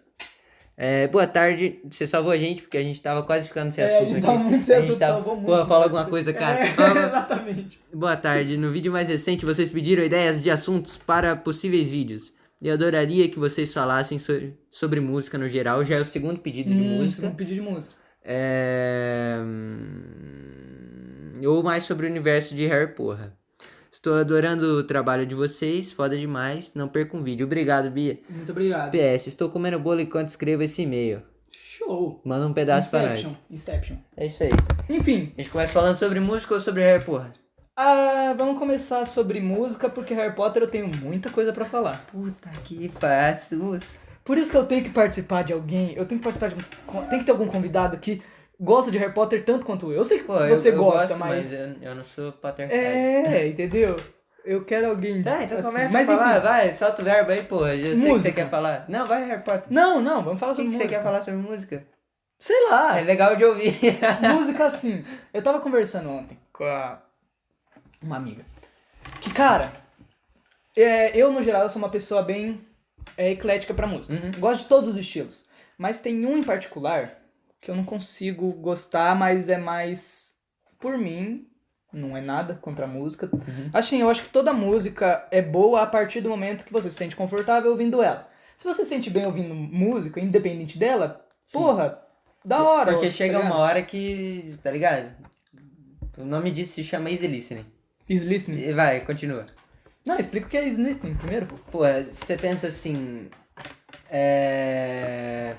Speaker 4: É, boa tarde, você salvou a gente porque a gente tava quase ficando sem
Speaker 3: É, a
Speaker 4: assunto.
Speaker 3: gente
Speaker 4: aqui.
Speaker 3: tava muito sem
Speaker 4: A gente tá-
Speaker 3: assunto, salvou muito.
Speaker 4: Pô, fala alguma coisa, cara.
Speaker 3: É,
Speaker 4: Fala-
Speaker 3: *laughs* exatamente.
Speaker 4: Boa tarde. No vídeo mais recente, vocês pediram ideias de assuntos para possíveis vídeos. Eu adoraria que vocês falassem so- sobre música no geral. Já é o segundo pedido de
Speaker 3: Hum,
Speaker 4: música.
Speaker 3: pedido de música.
Speaker 4: É... hum, Ou mais sobre o universo de Harry Porra. Estou adorando o trabalho de vocês. Foda demais. Não perca um vídeo. Obrigado, Bia.
Speaker 3: Muito obrigado.
Speaker 4: PS, estou comendo bolo enquanto escrevo esse e-mail.
Speaker 3: Show.
Speaker 4: Manda um pedaço para
Speaker 3: Inception.
Speaker 4: nós.
Speaker 3: Inception.
Speaker 4: É isso aí.
Speaker 3: Enfim,
Speaker 4: A gente começa falando sobre música ou sobre Harry Porra?
Speaker 3: ah, vamos começar sobre música, porque Harry Potter eu tenho muita coisa pra falar.
Speaker 4: Puta que passos.
Speaker 3: Por isso que eu tenho que participar de alguém, eu tenho que participar de um. Tem que ter algum convidado que gosta de Harry Potter tanto quanto eu. Eu sei que
Speaker 4: Pô, eu-
Speaker 3: você
Speaker 4: eu
Speaker 3: gosta,
Speaker 4: gosto,
Speaker 3: mas.
Speaker 4: eu, eu não sou paterno.
Speaker 3: É, entendeu? Eu quero alguém.
Speaker 4: Tá, então
Speaker 3: assim.
Speaker 4: começa
Speaker 3: Mas
Speaker 4: a falar,
Speaker 3: enfim.
Speaker 4: vai, solta o verbo aí, pô. Eu sei que
Speaker 3: Música.
Speaker 4: você quer falar. Não, vai, Harry Potter.
Speaker 3: Não, não, vamos falar
Speaker 4: O que,
Speaker 3: sobre
Speaker 4: que você
Speaker 3: música.
Speaker 4: quer falar sobre música?
Speaker 3: Sei
Speaker 4: É
Speaker 3: lá,
Speaker 4: legal de ouvir.
Speaker 3: música assim. Eu tava conversando ontem com a- uma amiga. Que, cara, é, eu no geral eu sou uma pessoa bem é, eclética pra música.
Speaker 4: Uhum.
Speaker 3: Gosto de todos os estilos. Mas tem um em particular que eu não consigo gostar, mas é mais por mim. Não é nada contra a música.
Speaker 4: Uhum.
Speaker 3: Assim, eu acho que toda música é boa a partir do momento que você se sente confortável ouvindo ela. Se você se sente bem ouvindo música, independente dela,
Speaker 4: Sim.
Speaker 3: porra, da hora.
Speaker 4: *laughs* Porque
Speaker 3: tá
Speaker 4: chega
Speaker 3: ligado?
Speaker 4: uma hora que. Tá ligado? O nome disso se chama Easy Listening.
Speaker 3: Is listening.
Speaker 4: E vai, continua.
Speaker 3: Não, explica o que é is listening primeiro. pô.
Speaker 4: Pô, é, você pensa assim. É.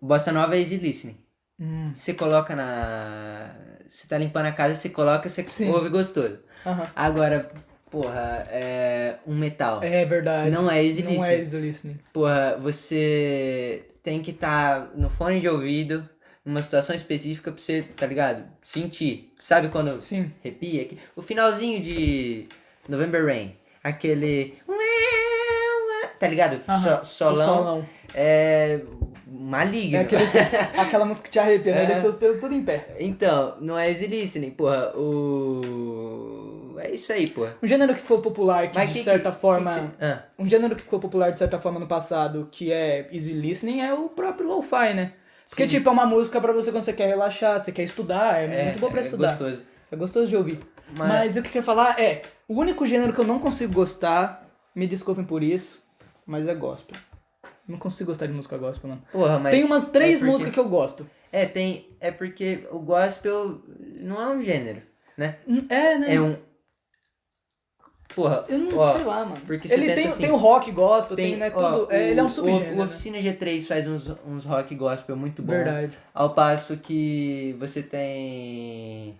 Speaker 4: Bossa nova é easy listening.
Speaker 3: Hum.
Speaker 4: Você coloca na. Você tá limpando a casa, você coloca, você
Speaker 3: Sim.
Speaker 4: ouve gostoso.
Speaker 3: Aham.
Speaker 4: Agora, porra, é. Um metal.
Speaker 3: É verdade.
Speaker 4: Não é easy
Speaker 3: Não
Speaker 4: listening.
Speaker 3: é is listening.
Speaker 4: Porra, você tem que estar no fone de ouvido, numa situação específica pra você, tá ligado? Sentir. Sabe quando
Speaker 3: Sim.
Speaker 4: arrepia? aqui? O finalzinho de November Rain. Aquele. um, é, Tá ligado?
Speaker 3: Aham.
Speaker 4: So- solão.
Speaker 3: O solão.
Speaker 4: É. Maligno.
Speaker 3: É aquele, aquela música que te arrepia, né?
Speaker 4: É.
Speaker 3: Deixa os pelos tudo em pé.
Speaker 4: Então, não é easy listening, porra. O. É isso aí, porra.
Speaker 3: Um gênero que ficou popular, que
Speaker 4: Mas
Speaker 3: de
Speaker 4: que-
Speaker 3: certa
Speaker 4: que-
Speaker 3: forma.
Speaker 4: que- que- ah,
Speaker 3: Um gênero que ficou popular de certa forma no passado, que é easy listening, é o próprio lo-fi, né? Porque,
Speaker 4: Sim.
Speaker 3: tipo, é uma música pra você quando você quer relaxar, você quer estudar, é, muito bom pra estudar.
Speaker 4: Gostoso.
Speaker 3: É gostoso de ouvir. Mas...
Speaker 4: Mas-
Speaker 3: o que eu quero falar é, o único gênero que eu não consigo gostar, me desculpem por isso, mas é gospel. Não consigo gostar de música gospel, mano.
Speaker 4: Porra, mas.
Speaker 3: Tem umas três
Speaker 4: é porque-
Speaker 3: músicas que eu gosto.
Speaker 4: É, tem. É porque o gospel não é um gênero, né?
Speaker 3: É, né?
Speaker 4: É um. Porra,
Speaker 3: Eu não
Speaker 4: ó,
Speaker 3: sei lá, mano.
Speaker 4: porque você
Speaker 3: ele
Speaker 4: pensa
Speaker 3: tem,
Speaker 4: assim-
Speaker 3: tem o rock gospel, tem,
Speaker 4: Tem,
Speaker 3: né,
Speaker 4: ó,
Speaker 3: tudo. é, ele é um subgênero.
Speaker 4: O, o
Speaker 3: né?
Speaker 4: Oficina G3 faz uns, uns rock gospel muito bom.
Speaker 3: Verdade.
Speaker 4: Ao passo que você tem.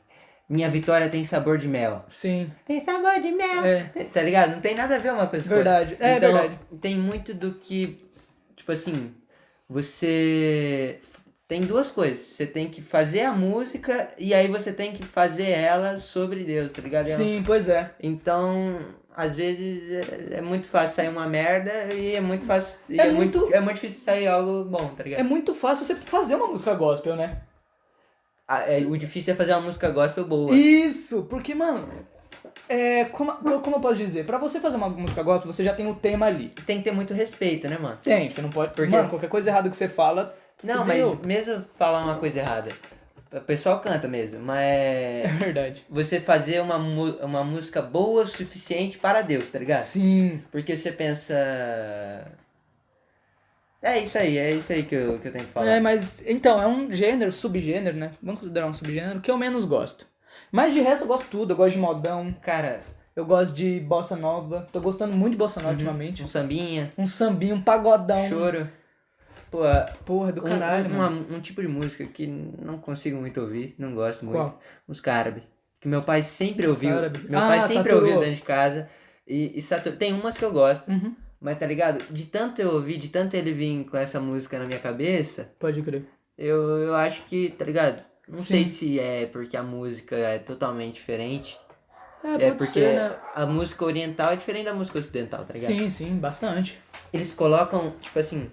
Speaker 4: Minha vitória tem sabor de mel.
Speaker 3: Sim.
Speaker 4: Tem sabor de mel.
Speaker 3: É.
Speaker 4: Tá ligado? Não tem nada a ver uma coisa com a outra.
Speaker 3: Verdade. É
Speaker 4: então,
Speaker 3: verdade.
Speaker 4: Tem muito do que. Tipo assim, você. Tem duas coisas. Você tem que fazer a música e aí você tem que fazer ela sobre Deus, tá ligado?
Speaker 3: Sim, pois é.
Speaker 4: Então, às vezes é, é muito fácil sair uma merda e é muito fácil. e
Speaker 3: É
Speaker 4: é, muito...
Speaker 3: muito-
Speaker 4: é muito difícil sair algo bom, tá ligado?
Speaker 3: É muito fácil você fazer uma música gospel, né?
Speaker 4: Ah, é, o difícil é fazer uma música gospel boa.
Speaker 3: Isso, porque, mano, é, como, como eu posso dizer? Pra você fazer uma música gospel, você já tem o tema ali.
Speaker 4: Tem que ter muito respeito, né, mano?
Speaker 3: Tem, você não pode.
Speaker 4: Por quê?
Speaker 3: Mano, qualquer coisa errada que você fala.
Speaker 4: Não,
Speaker 3: fudeu.
Speaker 4: mas mesmo falar uma coisa errada. O pessoal canta mesmo, mas.
Speaker 3: *laughs* É verdade.
Speaker 4: você fazer uma, mu- uma música boa o suficiente para Deus, tá
Speaker 3: É.
Speaker 4: ligado?
Speaker 3: Sim.
Speaker 4: Porque você pensa. É isso aí, é isso aí que eu, que eu tenho que falar.
Speaker 3: É, mas então, é um gênero, subgênero, né? Vamos considerar um subgênero que eu menos gosto. Mas de resto eu gosto de tudo, eu gosto de modão,
Speaker 4: Cara,
Speaker 3: eu gosto de bossa nova, tô gostando muito de bossa nova ultimamente.
Speaker 4: um sambinha,
Speaker 3: Um sambinho, um pagodão.
Speaker 4: choro. Pô,
Speaker 3: Porra do
Speaker 4: um-
Speaker 3: caralho,
Speaker 4: um,
Speaker 3: mano.
Speaker 4: uma- um tipo de música que não consigo muito ouvir, não gosto muito.
Speaker 3: Qual?
Speaker 4: Música árabe. Que meu pai sempre ouviu.
Speaker 3: árabe.
Speaker 4: Meu
Speaker 3: Ah,
Speaker 4: pai sempre
Speaker 3: saturou.
Speaker 4: ouviu dentro de casa. E, e saturou. Tem umas que eu gosto,
Speaker 3: Uhum.
Speaker 4: mas tá ligado? De tanto eu ouvir, de tanto ele vir com essa música na minha cabeça,
Speaker 3: Pode crer.
Speaker 4: Eu, eu acho que, tá ligado? Não
Speaker 3: Sim.
Speaker 4: sei se é porque a música é totalmente diferente.
Speaker 3: É,
Speaker 4: É,
Speaker 3: pode
Speaker 4: porque
Speaker 3: ser, né?
Speaker 4: a música oriental é diferente da música ocidental, tá ligado?
Speaker 3: Sim, sim, bastante.
Speaker 4: Eles colocam, tipo assim,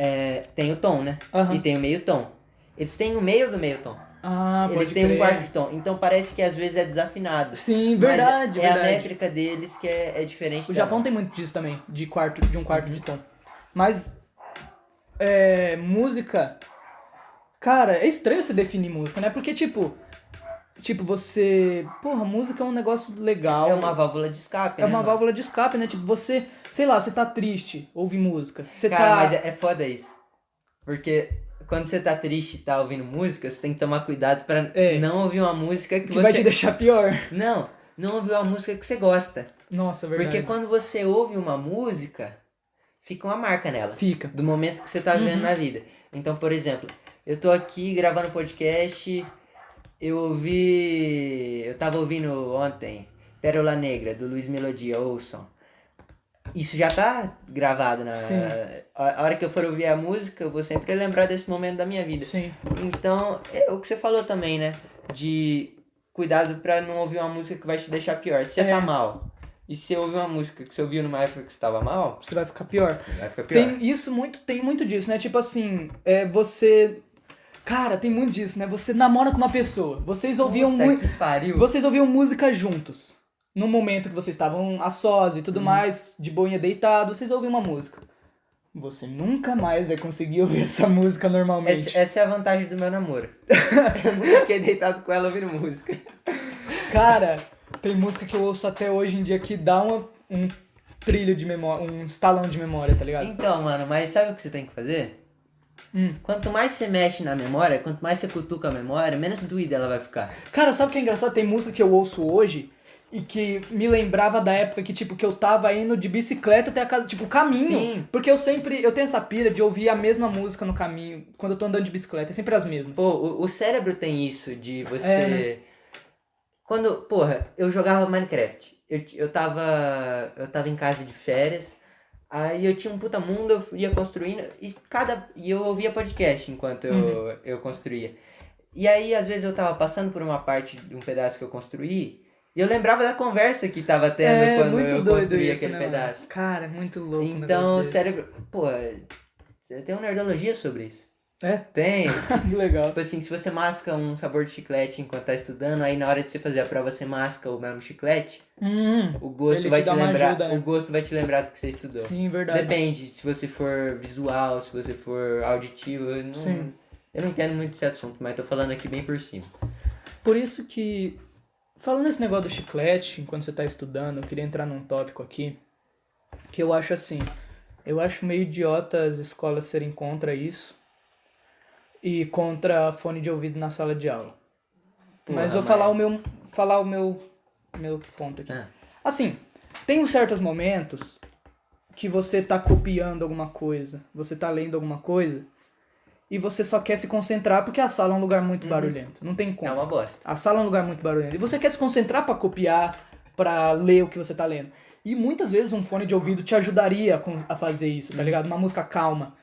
Speaker 4: é, tem o tom, né?
Speaker 3: Aham.
Speaker 4: E tem o meio tom. Eles têm o meio do meio tom.
Speaker 3: Ah,
Speaker 4: Eles têm um quarto de tom. Então parece que às vezes é desafinado.
Speaker 3: Sim,
Speaker 4: Mas
Speaker 3: verdade,
Speaker 4: é
Speaker 3: verdade.
Speaker 4: a métrica deles que é, é diferente.
Speaker 3: O
Speaker 4: da-
Speaker 3: Japão tem muito disso também, de quarto, de um quarto de tom. Mas é, música, cara, é estranho você definir música, né? Porque tipo, tipo você, porra, música é um negócio legal.
Speaker 4: É uma válvula de escape,
Speaker 3: É
Speaker 4: né?
Speaker 3: uma
Speaker 4: mano?
Speaker 3: válvula de escape, né? Tipo, você, sei lá, você tá triste, ouve música. Você
Speaker 4: Cara,
Speaker 3: tá
Speaker 4: mas é, é foda isso. Porque quando você tá triste e tá ouvindo música, você tem que tomar cuidado pra
Speaker 3: É.
Speaker 4: não ouvir uma música que,
Speaker 3: que
Speaker 4: você.
Speaker 3: vai te deixar pior.
Speaker 4: Não, não ouvir uma música que você gosta.
Speaker 3: Nossa, é verdade.
Speaker 4: Porque quando você ouve uma música, fica uma marca nela.
Speaker 3: fica.
Speaker 4: Do momento que você tá vivendo
Speaker 3: Uhum.
Speaker 4: na vida. Então, por exemplo, eu tô aqui gravando podcast, eu ouvi. Eu tava ouvindo ontem Pérola Negra, do Luiz Melodia, ouçam. Isso já tá gravado na.
Speaker 3: Sim.
Speaker 4: A a hora que eu for ouvir a música, eu vou sempre lembrar desse momento da minha vida.
Speaker 3: Sim.
Speaker 4: Então, é o que você falou também, né? De cuidado pra não ouvir uma música que vai te deixar pior. Se você
Speaker 3: É.
Speaker 4: tá mal. E se ouvir uma música que você ouviu numa época que você tava mal,
Speaker 3: Você vai ficar pior.
Speaker 4: vai ficar pior.
Speaker 3: Tem isso muito, tem muito disso, né? Tipo assim, é, você. Cara, tem muito disso, né? Você namora com uma pessoa. Vocês ouviam
Speaker 4: Puta
Speaker 3: muito.
Speaker 4: que pariu.
Speaker 3: Vocês ouviam música juntos. No
Speaker 4: Hum.
Speaker 3: momento que vocês estavam a sós e tudo mais, de boinha deitado, vocês ouviam uma música. Você nunca mais vai conseguir ouvir *laughs* essa música normalmente.
Speaker 4: Essa, essa é a vantagem do meu namoro. *laughs* eu nunca fiquei deitado com ela ouvindo música.
Speaker 3: Cara, tem música que eu ouço até hoje em dia que dá uma- um trilho de memória, um estalão de memória, tá ligado?
Speaker 4: Então, mano, mas sabe o que você tem que fazer?
Speaker 3: Hum.
Speaker 4: Quanto mais você mexe na memória, quanto mais você cutuca a memória, menos doída ela vai ficar.
Speaker 3: Cara, sabe o que é engraçado? Tem música que eu ouço hoje e que me lembrava da época que, tipo, que eu tava indo de bicicleta até a casa, tipo, o caminho.
Speaker 4: Sim.
Speaker 3: Porque eu sempre, eu tenho essa pira de ouvir a mesma música no caminho, quando eu tô andando de bicicleta, é sempre as mesmas.
Speaker 4: Pô, o, o cérebro tem isso de você.
Speaker 3: É,
Speaker 4: Quando, porra, eu jogava Minecraft. Eu, t- eu tava. Eu tava em casa de férias. Aí eu tinha um puta mundo, eu ia construindo e cada. E eu ouvia podcast enquanto eu,
Speaker 3: Uhum.
Speaker 4: eu construía. E aí, às vezes, eu tava passando por uma parte de um pedaço que eu construí. E eu lembrava da conversa que tava
Speaker 3: É,
Speaker 4: tendo quando eu construía aquele
Speaker 3: né, mano?
Speaker 4: pedaço.
Speaker 3: Cara, é muito louco. um
Speaker 4: Então o
Speaker 3: negócio
Speaker 4: cérebro. Pô, tem uma nerdologia sobre isso.
Speaker 3: É? *laughs*
Speaker 4: Tem.
Speaker 3: desse. Que legal.
Speaker 4: Tipo assim, se você masca um sabor de chiclete enquanto tá estudando, aí na hora de você fazer a prova você masca o mesmo chiclete,
Speaker 3: Hum,
Speaker 4: o gosto
Speaker 3: Ele
Speaker 4: vai
Speaker 3: te
Speaker 4: te,
Speaker 3: dá uma
Speaker 4: lembrar.
Speaker 3: ajuda, né?
Speaker 4: O gosto vai te lembrar do que você estudou.
Speaker 3: sim, verdade.
Speaker 4: Depende, se você for visual, se você for auditivo, eu não,
Speaker 3: Sim.
Speaker 4: eu não entendo muito desse assunto, mas tô falando aqui bem por cima.
Speaker 3: Por isso que, falando nesse negócio do chiclete, enquanto você tá estudando, eu queria entrar num tópico aqui, que eu acho assim, eu acho meio idiota as escolas serem contra isso e contra fone de ouvido na sala de aula.
Speaker 4: Porra,
Speaker 3: mas vou
Speaker 4: mas-
Speaker 3: falar o meu, falar o meu, meu ponto aqui.
Speaker 4: Ah.
Speaker 3: Assim, tem uns certos momentos que você tá copiando alguma coisa, você tá lendo alguma coisa, e você só quer se concentrar porque a sala é um lugar muito barulhento. Não tem como.
Speaker 4: Uhum. É uma bosta.
Speaker 3: A sala é um lugar muito barulhento. E você quer se concentrar pra copiar, pra ler o que você tá lendo. E muitas vezes um fone de ouvido te ajudaria a con- a fazer isso,
Speaker 4: Uhum.
Speaker 3: tá ligado? Uma música calma.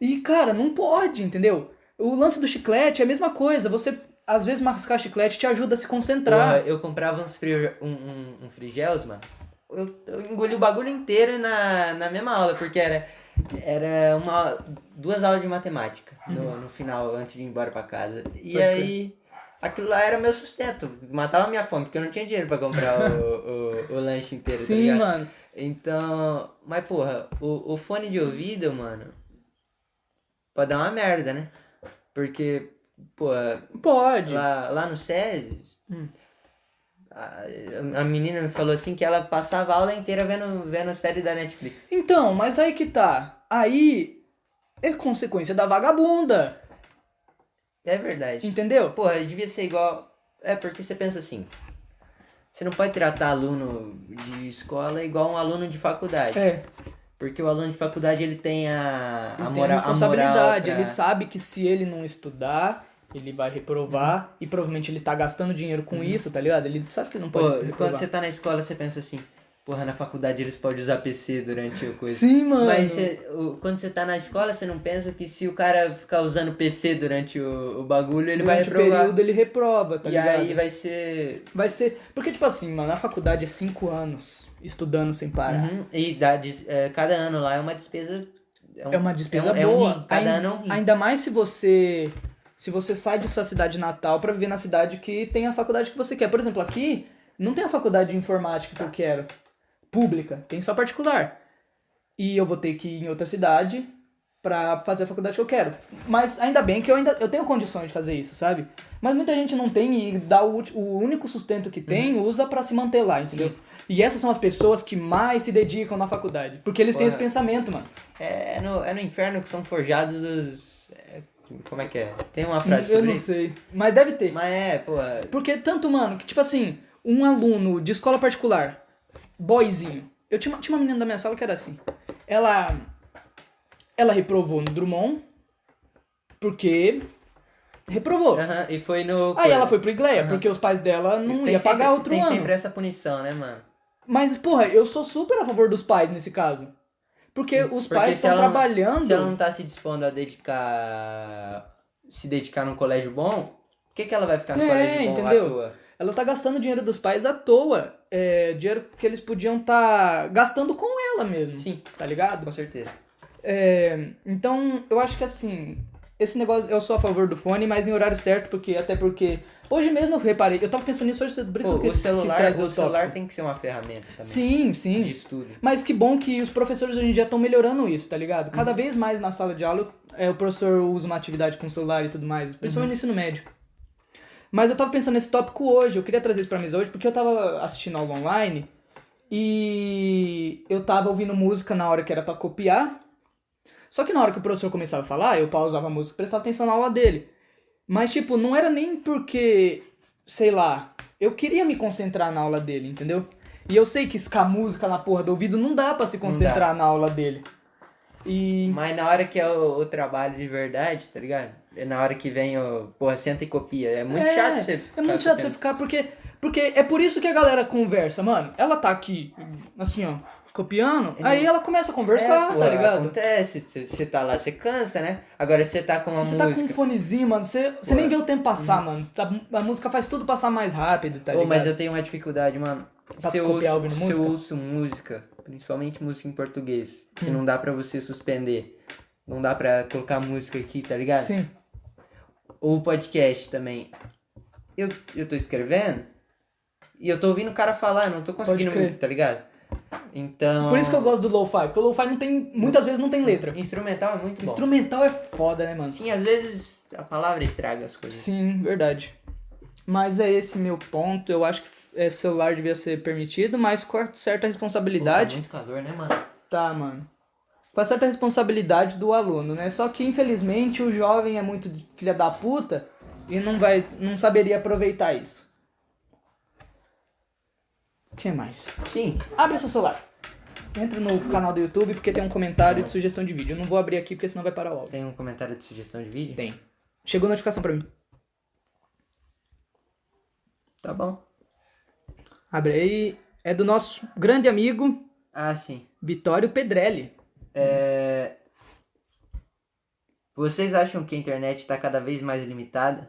Speaker 3: E, cara, não pode, entendeu? O lance do chiclete é a mesma coisa. Você, às vezes, mascar chiclete te ajuda a se concentrar.
Speaker 4: Porra, eu comprava uns frio, um, um, um frigels, mano. Eu, eu engoli o bagulho inteiro na, na mesma aula, porque era, era uma, duas aulas de matemática no, no final, antes de ir embora pra casa. E
Speaker 3: Uhum. Pode
Speaker 4: aí, aquilo lá era meu sustento, matava minha fome, porque eu não tinha dinheiro pra comprar o, o, o lanche inteiro, tá
Speaker 3: Sim,
Speaker 4: ligado?
Speaker 3: mano.
Speaker 4: Então, mas porra, o, o fone de ouvido, mano, pode dar uma merda, né? Porque, porra,
Speaker 3: Pode.
Speaker 4: Lá, lá no SESI,
Speaker 3: Hum.
Speaker 4: a, a menina me falou assim que ela passava a aula inteira vendo, vendo série da Netflix.
Speaker 3: Então, mas aí que tá. Aí é consequência da vagabunda,
Speaker 4: É verdade.
Speaker 3: entendeu?
Speaker 4: Porra, devia ser igual. É porque você pensa assim. Você não pode tratar aluno de escola igual um aluno de faculdade.
Speaker 3: É,
Speaker 4: Porque o aluno de faculdade ele tem
Speaker 3: ele
Speaker 4: a, a,
Speaker 3: tem a
Speaker 4: moral, a moral.
Speaker 3: responsabilidade.
Speaker 4: pra-
Speaker 3: Ele sabe que se ele não estudar, ele vai
Speaker 4: Uhum.
Speaker 3: reprovar. E provavelmente ele tá gastando dinheiro com isso, tá ligado? Ele sabe que ele não
Speaker 4: Pô,
Speaker 3: pode
Speaker 4: quando
Speaker 3: reprovar.
Speaker 4: você tá na escola, você pensa assim, porra, na faculdade eles podem usar PC durante o coisa.
Speaker 3: Sim, mano.
Speaker 4: Mas cê- o- quando você tá na escola, você não pensa que se o cara ficar usando PC durante o, o bagulho,
Speaker 3: Durante
Speaker 4: ele
Speaker 3: o
Speaker 4: vai reprovar.
Speaker 3: período ele reprova, tá
Speaker 4: e
Speaker 3: ligado?
Speaker 4: aí vai ser.
Speaker 3: Vai ser... Porque, tipo assim, mano, na faculdade é cinco anos estudando sem parar.
Speaker 4: Uhum. E dá des- é, cada ano lá é uma despesa. um-
Speaker 3: É uma despesa
Speaker 4: é um- é um
Speaker 3: boa.
Speaker 4: rim. Cada
Speaker 3: Ain-
Speaker 4: ano é um rim.
Speaker 3: Ainda mais se você se você sai de sua cidade natal pra viver na cidade que tem a faculdade que você quer. Por exemplo, aqui não tem a faculdade de informática que eu quero, pública, tem só particular. E eu vou ter que ir em outra cidade pra fazer a faculdade que eu quero. Mas ainda bem que eu ainda eu tenho condições de fazer isso, sabe? Mas muita gente não tem e dá o, ulti- o único sustento que tem,
Speaker 4: Uhum.
Speaker 3: usa pra se manter lá, entendeu? E essas são as pessoas que mais se dedicam na faculdade. Porque eles têm esse
Speaker 4: Correto.
Speaker 3: pensamento, mano.
Speaker 4: É, é no, é no inferno que são forjados os. é, como é que é? Tem uma frase
Speaker 3: eu
Speaker 4: sobre
Speaker 3: não
Speaker 4: isso?
Speaker 3: sei. Mas deve ter.
Speaker 4: Mas é, pô. é-
Speaker 3: Porque tanto, mano, que tipo assim, um aluno de escola particular, boyzinho. Eu tinha uma, tinha uma menina da minha sala que era assim. Ela. Ela reprovou no Drummond. Porque. Reprovou.
Speaker 4: Aham, e foi no.
Speaker 3: Aí ela foi pro Igleia,
Speaker 4: Aham.
Speaker 3: porque os pais dela não
Speaker 4: Tem
Speaker 3: iam
Speaker 4: sempre-
Speaker 3: pagar outro
Speaker 4: Tem
Speaker 3: ano.
Speaker 4: sempre essa punição, né, mano?
Speaker 3: Mas, porra, eu sou super a favor dos pais nesse caso. Porque os
Speaker 4: Porque
Speaker 3: pais
Speaker 4: se
Speaker 3: estão
Speaker 4: ela não-
Speaker 3: trabalhando.
Speaker 4: Se ela não tá se dispondo a dedicar. se dedicar num colégio bom, por que, que ela vai ficar no
Speaker 3: É,
Speaker 4: colégio bom
Speaker 3: entendeu?
Speaker 4: à toa?
Speaker 3: Ela tá gastando dinheiro dos pais à toa. É, dinheiro que eles podiam estar gastando com ela mesmo.
Speaker 4: Sim,
Speaker 3: Tá ligado?
Speaker 4: com certeza.
Speaker 3: É, então, eu acho que assim, esse negócio, eu sou a favor do fone, mas em horário certo, porque até porque. Hoje mesmo eu reparei, eu tava pensando nisso hoje, você brinca
Speaker 4: Pô,
Speaker 3: que
Speaker 4: o celular,
Speaker 3: traz
Speaker 4: o celular
Speaker 3: tópico.
Speaker 4: tem que ser uma ferramenta também.
Speaker 3: Sim, sim.
Speaker 4: De estudo.
Speaker 3: Mas que bom que os professores hoje em dia estão melhorando isso, tá ligado?
Speaker 4: Uhum.
Speaker 3: Cada vez mais na sala de aula é, o professor usa uma atividade com o celular e tudo mais,
Speaker 4: Uhum.
Speaker 3: principalmente no ensino médio. Mas eu tava pensando nesse tópico hoje, eu queria trazer isso pra mesa hoje, porque eu tava assistindo aula online e eu tava ouvindo música na hora que era pra copiar. Só que na hora que o professor começava a falar, eu pausava a música e prestava atenção na aula dele. Mas, tipo, não era nem porque, sei lá, eu queria me concentrar na aula dele, entendeu? E eu sei que escar música na porra do ouvido não dá pra se
Speaker 4: Não
Speaker 3: concentrar na aula dele. E.
Speaker 4: Mas na hora que é o, o trabalho de verdade, tá ligado? É na hora que vem o. Porra, senta e copia. É muito
Speaker 3: É,
Speaker 4: chato você.
Speaker 3: É
Speaker 4: ficar
Speaker 3: muito chato você
Speaker 4: copiando.
Speaker 3: ficar, porque. Porque é por isso que a galera conversa, mano. Ela tá aqui, assim, ó, copiando,
Speaker 4: É.
Speaker 3: aí ela começa a conversar,
Speaker 4: É,
Speaker 3: tá
Speaker 4: porra,
Speaker 3: ligado?
Speaker 4: Acontece. Você você tá lá, você cansa, né? Agora você tá com uma
Speaker 3: Se você tá com um
Speaker 4: música.
Speaker 3: fonezinho, mano, você, você
Speaker 4: Ué.
Speaker 3: nem vê o tempo passar, mano. Você tá- a música faz tudo passar mais rápido, tá
Speaker 4: Pô,
Speaker 3: ligado?
Speaker 4: mas eu tenho uma dificuldade, mano.
Speaker 3: Pra
Speaker 4: se eu,
Speaker 3: copiar
Speaker 4: ouço,
Speaker 3: ouvindo
Speaker 4: se
Speaker 3: música?
Speaker 4: eu ouço música, principalmente música em português,
Speaker 3: Hum.
Speaker 4: que não dá pra você suspender. Não dá pra colocar música aqui, tá ligado?
Speaker 3: Sim.
Speaker 4: ou podcast também. Eu, eu tô escrevendo e eu tô ouvindo o cara falar, eu não tô conseguindo
Speaker 3: crer.
Speaker 4: muito, tá ligado? Então.
Speaker 3: Por isso que eu gosto do lo-fi, porque o lo-fi não tem. Muitas vezes não tem letra.
Speaker 4: Instrumental é muito bom.
Speaker 3: Instrumental é foda, né, mano?
Speaker 4: Sim, às vezes a palavra estraga as coisas.
Speaker 3: Sim, verdade. Mas é esse meu ponto. Eu acho que é, celular devia ser permitido, mas com a certa
Speaker 4: Pô, tá
Speaker 3: responsabilidade.
Speaker 4: muito calor, né, mano?
Speaker 3: Tá, mano. Com a certa responsabilidade do aluno, né? Só que infelizmente o jovem é muito de- filha da puta e não vai, não saberia aproveitar isso. O que mais?
Speaker 4: Sim.
Speaker 3: Abre seu celular. Entra no canal do YouTube porque tem um comentário de sugestão de vídeo. Eu não vou abrir aqui porque senão vai parar o áudio.
Speaker 4: Tem um comentário de sugestão de vídeo?
Speaker 3: Tem. Chegou notificação pra mim.
Speaker 4: Tá bom.
Speaker 3: Abre aí. É do nosso grande amigo
Speaker 4: Ah, sim.
Speaker 3: Vitório Pedrelli.
Speaker 4: É, Vocês acham que a internet está cada vez mais limitada?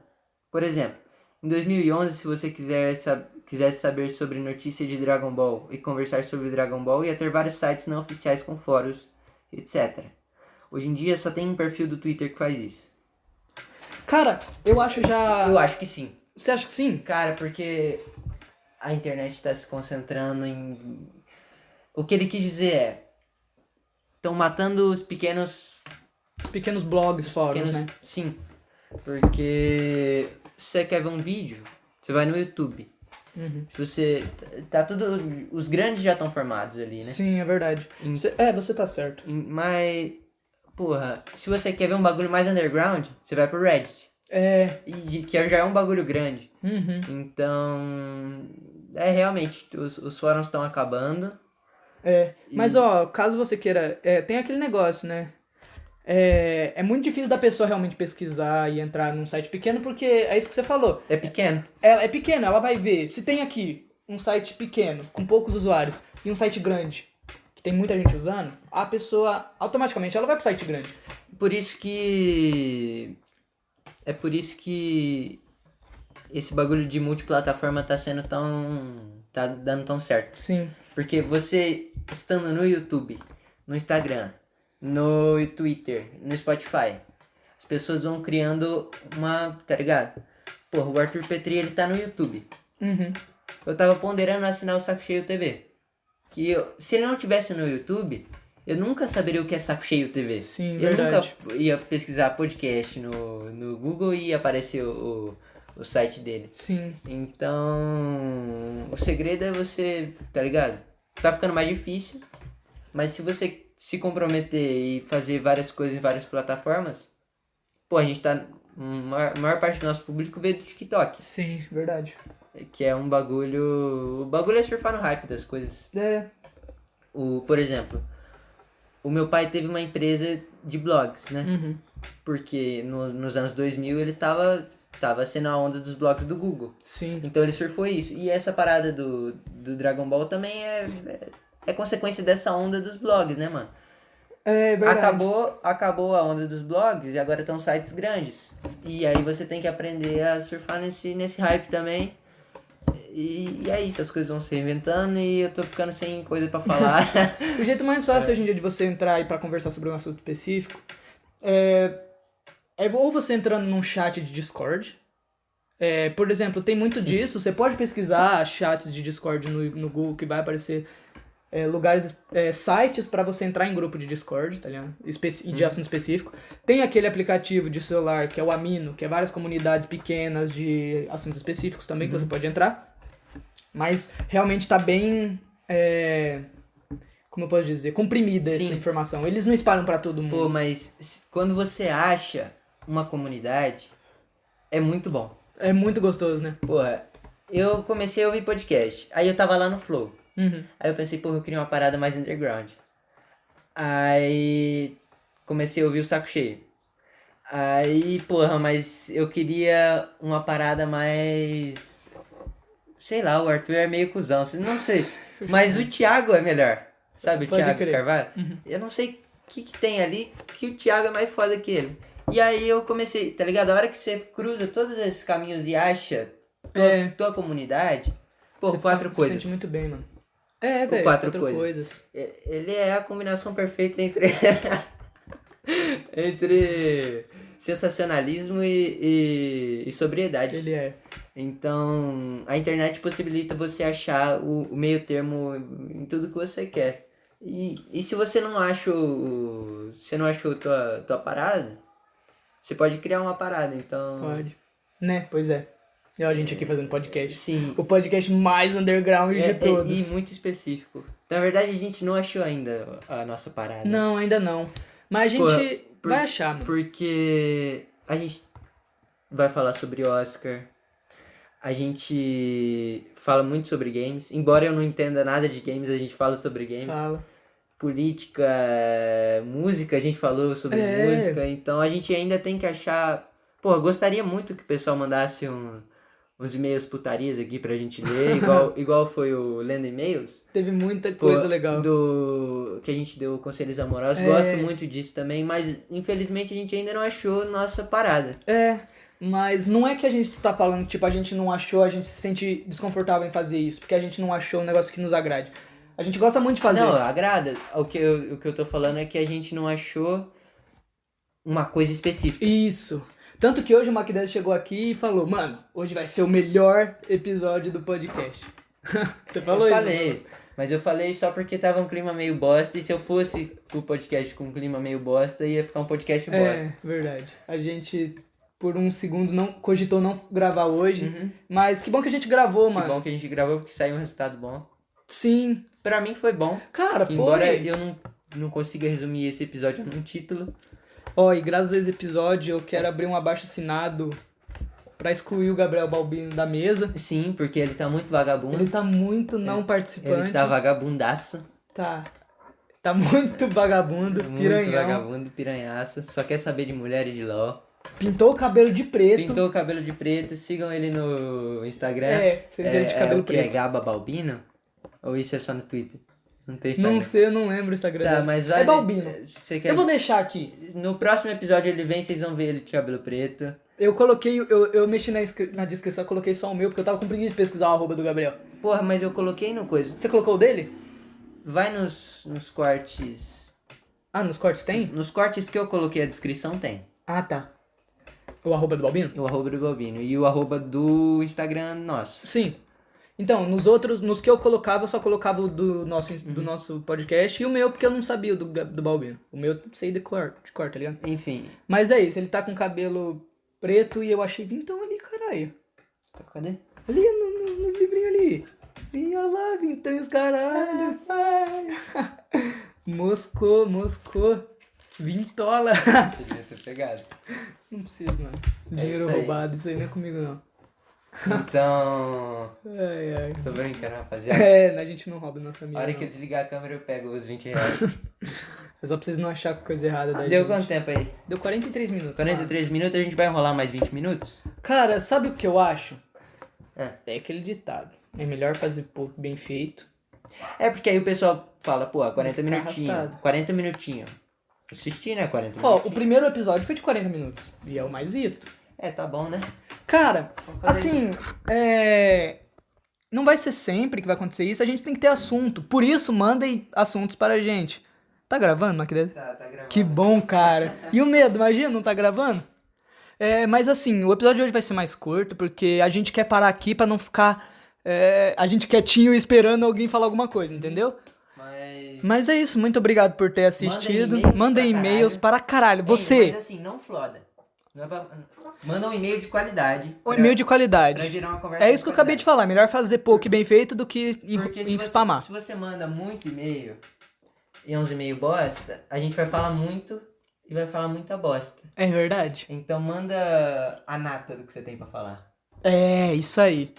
Speaker 4: Por exemplo, em 2011, se você quiser sa- quisesse saber sobre notícia de Dragon Ball e conversar sobre Dragon Ball, ia ter vários sites não oficiais com fóruns, etc. Hoje em dia só tem um perfil do Twitter que faz isso.
Speaker 3: Cara, eu acho já.
Speaker 4: Eu acho que sim.
Speaker 3: Você acha que sim?
Speaker 4: Cara, porque a internet está se concentrando em. O que ele quis dizer é. Estão matando os pequenos
Speaker 3: Pequenos blogs, fóruns,
Speaker 4: pequenos-
Speaker 3: né?
Speaker 4: Sim. Porque se você quer ver um vídeo, você vai no YouTube.
Speaker 3: Uhum.
Speaker 4: Se Você. Tá tudo. Os grandes já estão formados ali, né?
Speaker 3: Sim, é verdade.
Speaker 4: Em-
Speaker 3: Você- é, você tá certo.
Speaker 4: em- Mas. Porra, se você quer ver um bagulho mais underground, você vai pro Reddit.
Speaker 3: É.
Speaker 4: E que já é um bagulho grande.
Speaker 3: Uhum.
Speaker 4: Então. É realmente, os, os fóruns estão acabando.
Speaker 3: É.
Speaker 4: E-
Speaker 3: Mas, ó, caso você queira. é, tem aquele negócio, né? É, é muito difícil da pessoa realmente pesquisar e entrar num site pequeno, porque é isso que você falou.
Speaker 4: É pequeno.
Speaker 3: Ela é pequena, ela vai ver. Se tem aqui um site pequeno, com poucos usuários, e um site grande, que tem muita gente usando, a pessoa automaticamente ela vai pro site grande.
Speaker 4: Por isso que. É por isso que. Esse bagulho de multiplataforma tá sendo tão. tá dando tão certo.
Speaker 3: Sim.
Speaker 4: Porque você estando no YouTube, no Instagram, no Twitter, no Spotify, as pessoas vão criando uma. tá ligado? Porra, o Arthur Petri ele tá no YouTube.
Speaker 3: Uhum.
Speaker 4: Eu tava ponderando assinar o Saco Cheio TV. Que eu- se ele não tivesse no YouTube, eu nunca saberia o que é Saco Cheio TV.
Speaker 3: Sim,
Speaker 4: eu
Speaker 3: verdade.
Speaker 4: nunca ia pesquisar podcast no, no Google e ia aparecer o, o, o site dele.
Speaker 3: Sim.
Speaker 4: Então, o segredo é você, tá ligado? Tá ficando mais difícil, mas se você se comprometer e fazer várias coisas em várias plataformas, pô, a gente tá. A maior, maior parte do nosso público veio do TikTok.
Speaker 3: Sim, verdade.
Speaker 4: Que é um bagulho. O bagulho é surfar no hype das coisas.
Speaker 3: É.
Speaker 4: O, por exemplo, o meu pai teve uma empresa de blogs, né?
Speaker 3: Uhum.
Speaker 4: Porque no- nos anos 2000 ele tava, tava sendo a onda dos blogs do Google.
Speaker 3: Sim.
Speaker 4: Então ele surfou isso. E essa parada do, do Dragon Ball também é, é, é consequência dessa onda dos blogs, né, mano?
Speaker 3: É verdade.
Speaker 4: Acabou, acabou a onda dos blogs e agora estão sites grandes. E aí você tem que aprender a surfar nesse, nesse hype também. E, e é isso, as coisas vão se reinventando e eu tô ficando sem coisa pra falar.
Speaker 3: O jeito mais fácil hoje em dia de você entrar e pra conversar sobre um assunto específico é É ou você entrando num chat de Discord. É, por exemplo, tem muito disso. Você pode pesquisar chats de Discord no, no Google que vai aparecer é, lugares, é, sites pra você entrar em grupo de Discord, tá ligado? Especi-
Speaker 4: Uhum.
Speaker 3: de assunto específico. Tem aquele aplicativo de celular que é o Amino, que é várias comunidades pequenas de assuntos específicos também que você
Speaker 4: Uhum.
Speaker 3: pode entrar. Mas realmente tá bem. é, como eu posso dizer? Comprimida essa
Speaker 4: Sim.
Speaker 3: informação. Eles não espalham pra todo mundo.
Speaker 4: Pô, mas se- quando você acha uma comunidade, é muito bom.
Speaker 3: É muito gostoso, né?
Speaker 4: Porra, eu comecei a ouvir podcast. Aí eu tava lá no Flow.
Speaker 3: Uhum.
Speaker 4: Aí eu pensei, porra, eu queria uma parada mais underground. Aí comecei a ouvir o saco cheio. Aí, porra, mas eu queria uma parada mais. Sei lá, o Arthur é meio cuzão, se- não sei. Mas o Thiago é melhor. Sabe o
Speaker 3: Pode
Speaker 4: Thiago
Speaker 3: crer.
Speaker 4: Carvalho?
Speaker 3: Uhum.
Speaker 4: Eu não sei o que, que tem ali que o Thiago é mais foda que ele. E aí eu comecei, tá ligado? A hora que você cruza todos esses caminhos e acha tua,
Speaker 3: É.
Speaker 4: tua comunidade, pô,
Speaker 3: Você fica-
Speaker 4: quatro
Speaker 3: se
Speaker 4: coisas.
Speaker 3: sente muito bem, mano. É, velho.
Speaker 4: quatro
Speaker 3: Quatro,
Speaker 4: coisas.
Speaker 3: coisas.
Speaker 4: É, Ele é a combinação perfeita entre. *laughs* entre sensacionalismo e, e, e sobriedade.
Speaker 3: Ele é.
Speaker 4: Então, a internet possibilita você achar o, o meio termo em tudo que você quer. E, e se você não acha o, se não achou tua, tua parada, você pode criar uma parada. Então,
Speaker 3: Pode. Né? Pois é. E ó, a gente aqui fazendo podcast.
Speaker 4: sim.
Speaker 3: O podcast mais underground
Speaker 4: É- é-
Speaker 3: de todos.
Speaker 4: e muito específico. Na verdade, a gente não achou ainda a nossa parada.
Speaker 3: Não, ainda não. Mas a
Speaker 4: Pô,
Speaker 3: gente
Speaker 4: por-
Speaker 3: vai achar, mano.
Speaker 4: Porque a gente vai falar sobre Oscar. A gente fala muito sobre games. Embora eu não entenda nada de games, a gente fala sobre games.
Speaker 3: Fala.
Speaker 4: Política, música, a gente falou sobre
Speaker 3: É.
Speaker 4: música. Então a gente ainda tem que achar. Pô, eu gostaria muito que o pessoal mandasse um- uns e-mails putarias aqui pra gente ler,
Speaker 3: *laughs*
Speaker 4: igual, igual foi o Lendo E-mails.
Speaker 3: Teve muita
Speaker 4: Pô,
Speaker 3: coisa legal.
Speaker 4: Do que a gente deu conselhos amorosos.
Speaker 3: É.
Speaker 4: Gosto muito disso também, mas infelizmente a gente ainda não achou nossa parada.
Speaker 3: É. Mas não é que a gente tá falando, tipo, a gente não achou, a gente se sente desconfortável em fazer isso, porque a gente não achou um negócio que nos agrade. A gente gosta muito de fazer.
Speaker 4: Não, agrada. O que, eu, o que eu tô falando é que a gente não achou uma coisa específica.
Speaker 3: Isso. Tanto que hoje o Maquidez chegou aqui e falou, mano, hoje vai ser o melhor episódio do
Speaker 4: *laughs*
Speaker 3: podcast. Você falou
Speaker 4: eu
Speaker 3: isso?
Speaker 4: falei. Mas eu falei só porque tava um clima meio bosta, e se eu fosse o podcast com um clima meio bosta, ia ficar um podcast
Speaker 3: É,
Speaker 4: bosta.
Speaker 3: verdade. A gente, por um segundo, não cogitou não gravar hoje.
Speaker 4: Uhum.
Speaker 3: Mas que bom que a gente gravou,
Speaker 4: Que
Speaker 3: mano.
Speaker 4: bom que a gente gravou porque saiu um resultado bom.
Speaker 3: Sim.
Speaker 4: Pra mim foi bom.
Speaker 3: Cara,
Speaker 4: Embora
Speaker 3: Ah, foi.
Speaker 4: eu não, não consiga resumir esse episódio num título.
Speaker 3: Ó, e graças a esse episódio, eu quero abrir um abaixo assinado pra excluir o Gabriel Balbino da mesa.
Speaker 4: Sim, porque ele tá muito vagabundo.
Speaker 3: Ele tá muito não participante.
Speaker 4: Ele tá vagabundaço.
Speaker 3: Tá. Tá muito vagabundo,
Speaker 4: Muito
Speaker 3: piranhão.
Speaker 4: vagabundo, piranhaço. Só quer saber de mulher e de LOL.
Speaker 3: Pintou o cabelo de preto.
Speaker 4: Pintou né? o cabelo de preto. Sigam ele no Instagram.
Speaker 3: É, você vê de cabelo
Speaker 4: o que? É
Speaker 3: preto.
Speaker 4: Gaba Balbino? Ou isso é só no Twitter? Não tem Instagram.
Speaker 3: Não sei, eu não lembro o Instagram.
Speaker 4: Tá,
Speaker 3: dele.
Speaker 4: mas vai.
Speaker 3: É Balbino.
Speaker 4: Você quer...
Speaker 3: Eu vou deixar aqui.
Speaker 4: No próximo episódio ele vem, vocês vão ver ele de cabelo preto.
Speaker 3: Eu coloquei, eu, eu mexi na, inscri- na descrição, eu coloquei só o meu, porque eu tava com preguiça de pesquisar o arroba do Gabriel.
Speaker 4: Porra, mas eu coloquei no coisa.
Speaker 3: Você colocou o dele?
Speaker 4: Vai nos, nos cortes.
Speaker 3: Ah, nos cortes tem?
Speaker 4: Nos cortes que eu coloquei a descrição tem.
Speaker 3: Ah, tá. O arroba do Balbino?
Speaker 4: O arroba do Balbino. E o arroba do Instagram nosso.
Speaker 3: Sim. Então, nos outros, nos que eu colocava, eu só colocava o do nosso,
Speaker 4: Uhum.
Speaker 3: do nosso podcast e o meu, porque eu não sabia o do, Ga- do Balbino. O meu eu sei de cor, de cor, tá ligado?
Speaker 4: Enfim.
Speaker 3: Mas é isso, ele tá com cabelo preto e eu achei vintão ali, caralho.
Speaker 4: Cadê?
Speaker 3: Ali, no, no, nos livrinhos ali. Vinha lá, vintão e os *laughs* caralho. Ai. moscou, moscou. Vintola. *laughs*
Speaker 4: Você devia ter pegado.
Speaker 3: Não precisa, mano.
Speaker 4: isso
Speaker 3: Dinheiro
Speaker 4: aí.
Speaker 3: roubado, É isso aí não é comigo, não.
Speaker 4: Então.
Speaker 3: Ai, ai.
Speaker 4: Tô brincando, rapaziada.
Speaker 3: É, a gente não rouba nossa
Speaker 4: A
Speaker 3: amiga.
Speaker 4: hora que eu
Speaker 3: não.
Speaker 4: desligar a câmera, eu pego os 20 reais.
Speaker 3: É só pra vocês não acharem coisa errada daí.
Speaker 4: Deu quanto tempo aí?
Speaker 3: Deu 43 minutos.
Speaker 4: 43 minutos, a gente vai enrolar mais 20 minutos?
Speaker 3: mano. Cara, sabe o que eu acho?
Speaker 4: É.
Speaker 3: É aquele ditado. É melhor fazer pouco bem feito.
Speaker 4: É porque aí o pessoal fala, pô, 40
Speaker 3: Fica
Speaker 4: minutinhos.
Speaker 3: arrastado.
Speaker 4: 40 minutinhos. Assistir, né? 40
Speaker 3: Ó,
Speaker 4: minutinhos.
Speaker 3: o primeiro episódio foi de 40 minutos. E é o mais visto.
Speaker 4: É, tá bom, né?
Speaker 3: Cara, assim, é. Não vai ser sempre que vai acontecer isso, a gente tem que ter assunto. Por isso, mandem assuntos para a gente. Tá gravando, Maquidez?
Speaker 4: Tá, tá gravando.
Speaker 3: Que bom, cara. E o medo, imagina, não tá gravando? É, mas assim, o episódio de hoje vai ser mais curto, porque a gente quer parar aqui pra não ficar. é, a gente quietinho esperando alguém falar alguma coisa, entendeu?
Speaker 4: Mas.
Speaker 3: Mas é isso, muito obrigado por ter assistido.
Speaker 4: e-mails
Speaker 3: Mandem
Speaker 4: pra
Speaker 3: e-mails
Speaker 4: caralho.
Speaker 3: para caralho.
Speaker 4: Ei, Mas
Speaker 3: Você,
Speaker 4: assim, não floda. Não é pra- Manda um e-mail de qualidade.
Speaker 3: um
Speaker 4: pra-
Speaker 3: e-mail de
Speaker 4: é, pra
Speaker 3: qualidade.
Speaker 4: gerar uma conversa
Speaker 3: É isso que eu
Speaker 4: de
Speaker 3: acabei
Speaker 4: qualidade.
Speaker 3: de falar. Melhor fazer pouco e bem feito do que em,
Speaker 4: Porque se
Speaker 3: em
Speaker 4: você,
Speaker 3: spamar.
Speaker 4: se você manda muito e-mail e uns e-mail bosta, a gente vai falar muito e vai falar muita bosta.
Speaker 3: É verdade.
Speaker 4: Então manda a nata do que você tem pra falar.
Speaker 3: É, isso aí.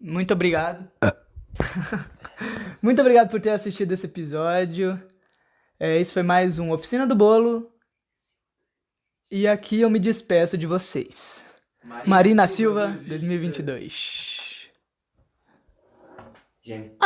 Speaker 3: Muito obrigado. *laughs* Muito obrigado por ter assistido esse episódio. É, isso foi mais um Oficina do Bolo. E aqui eu me despeço de vocês. Marina Silva, 2022.
Speaker 4: Gêmeo.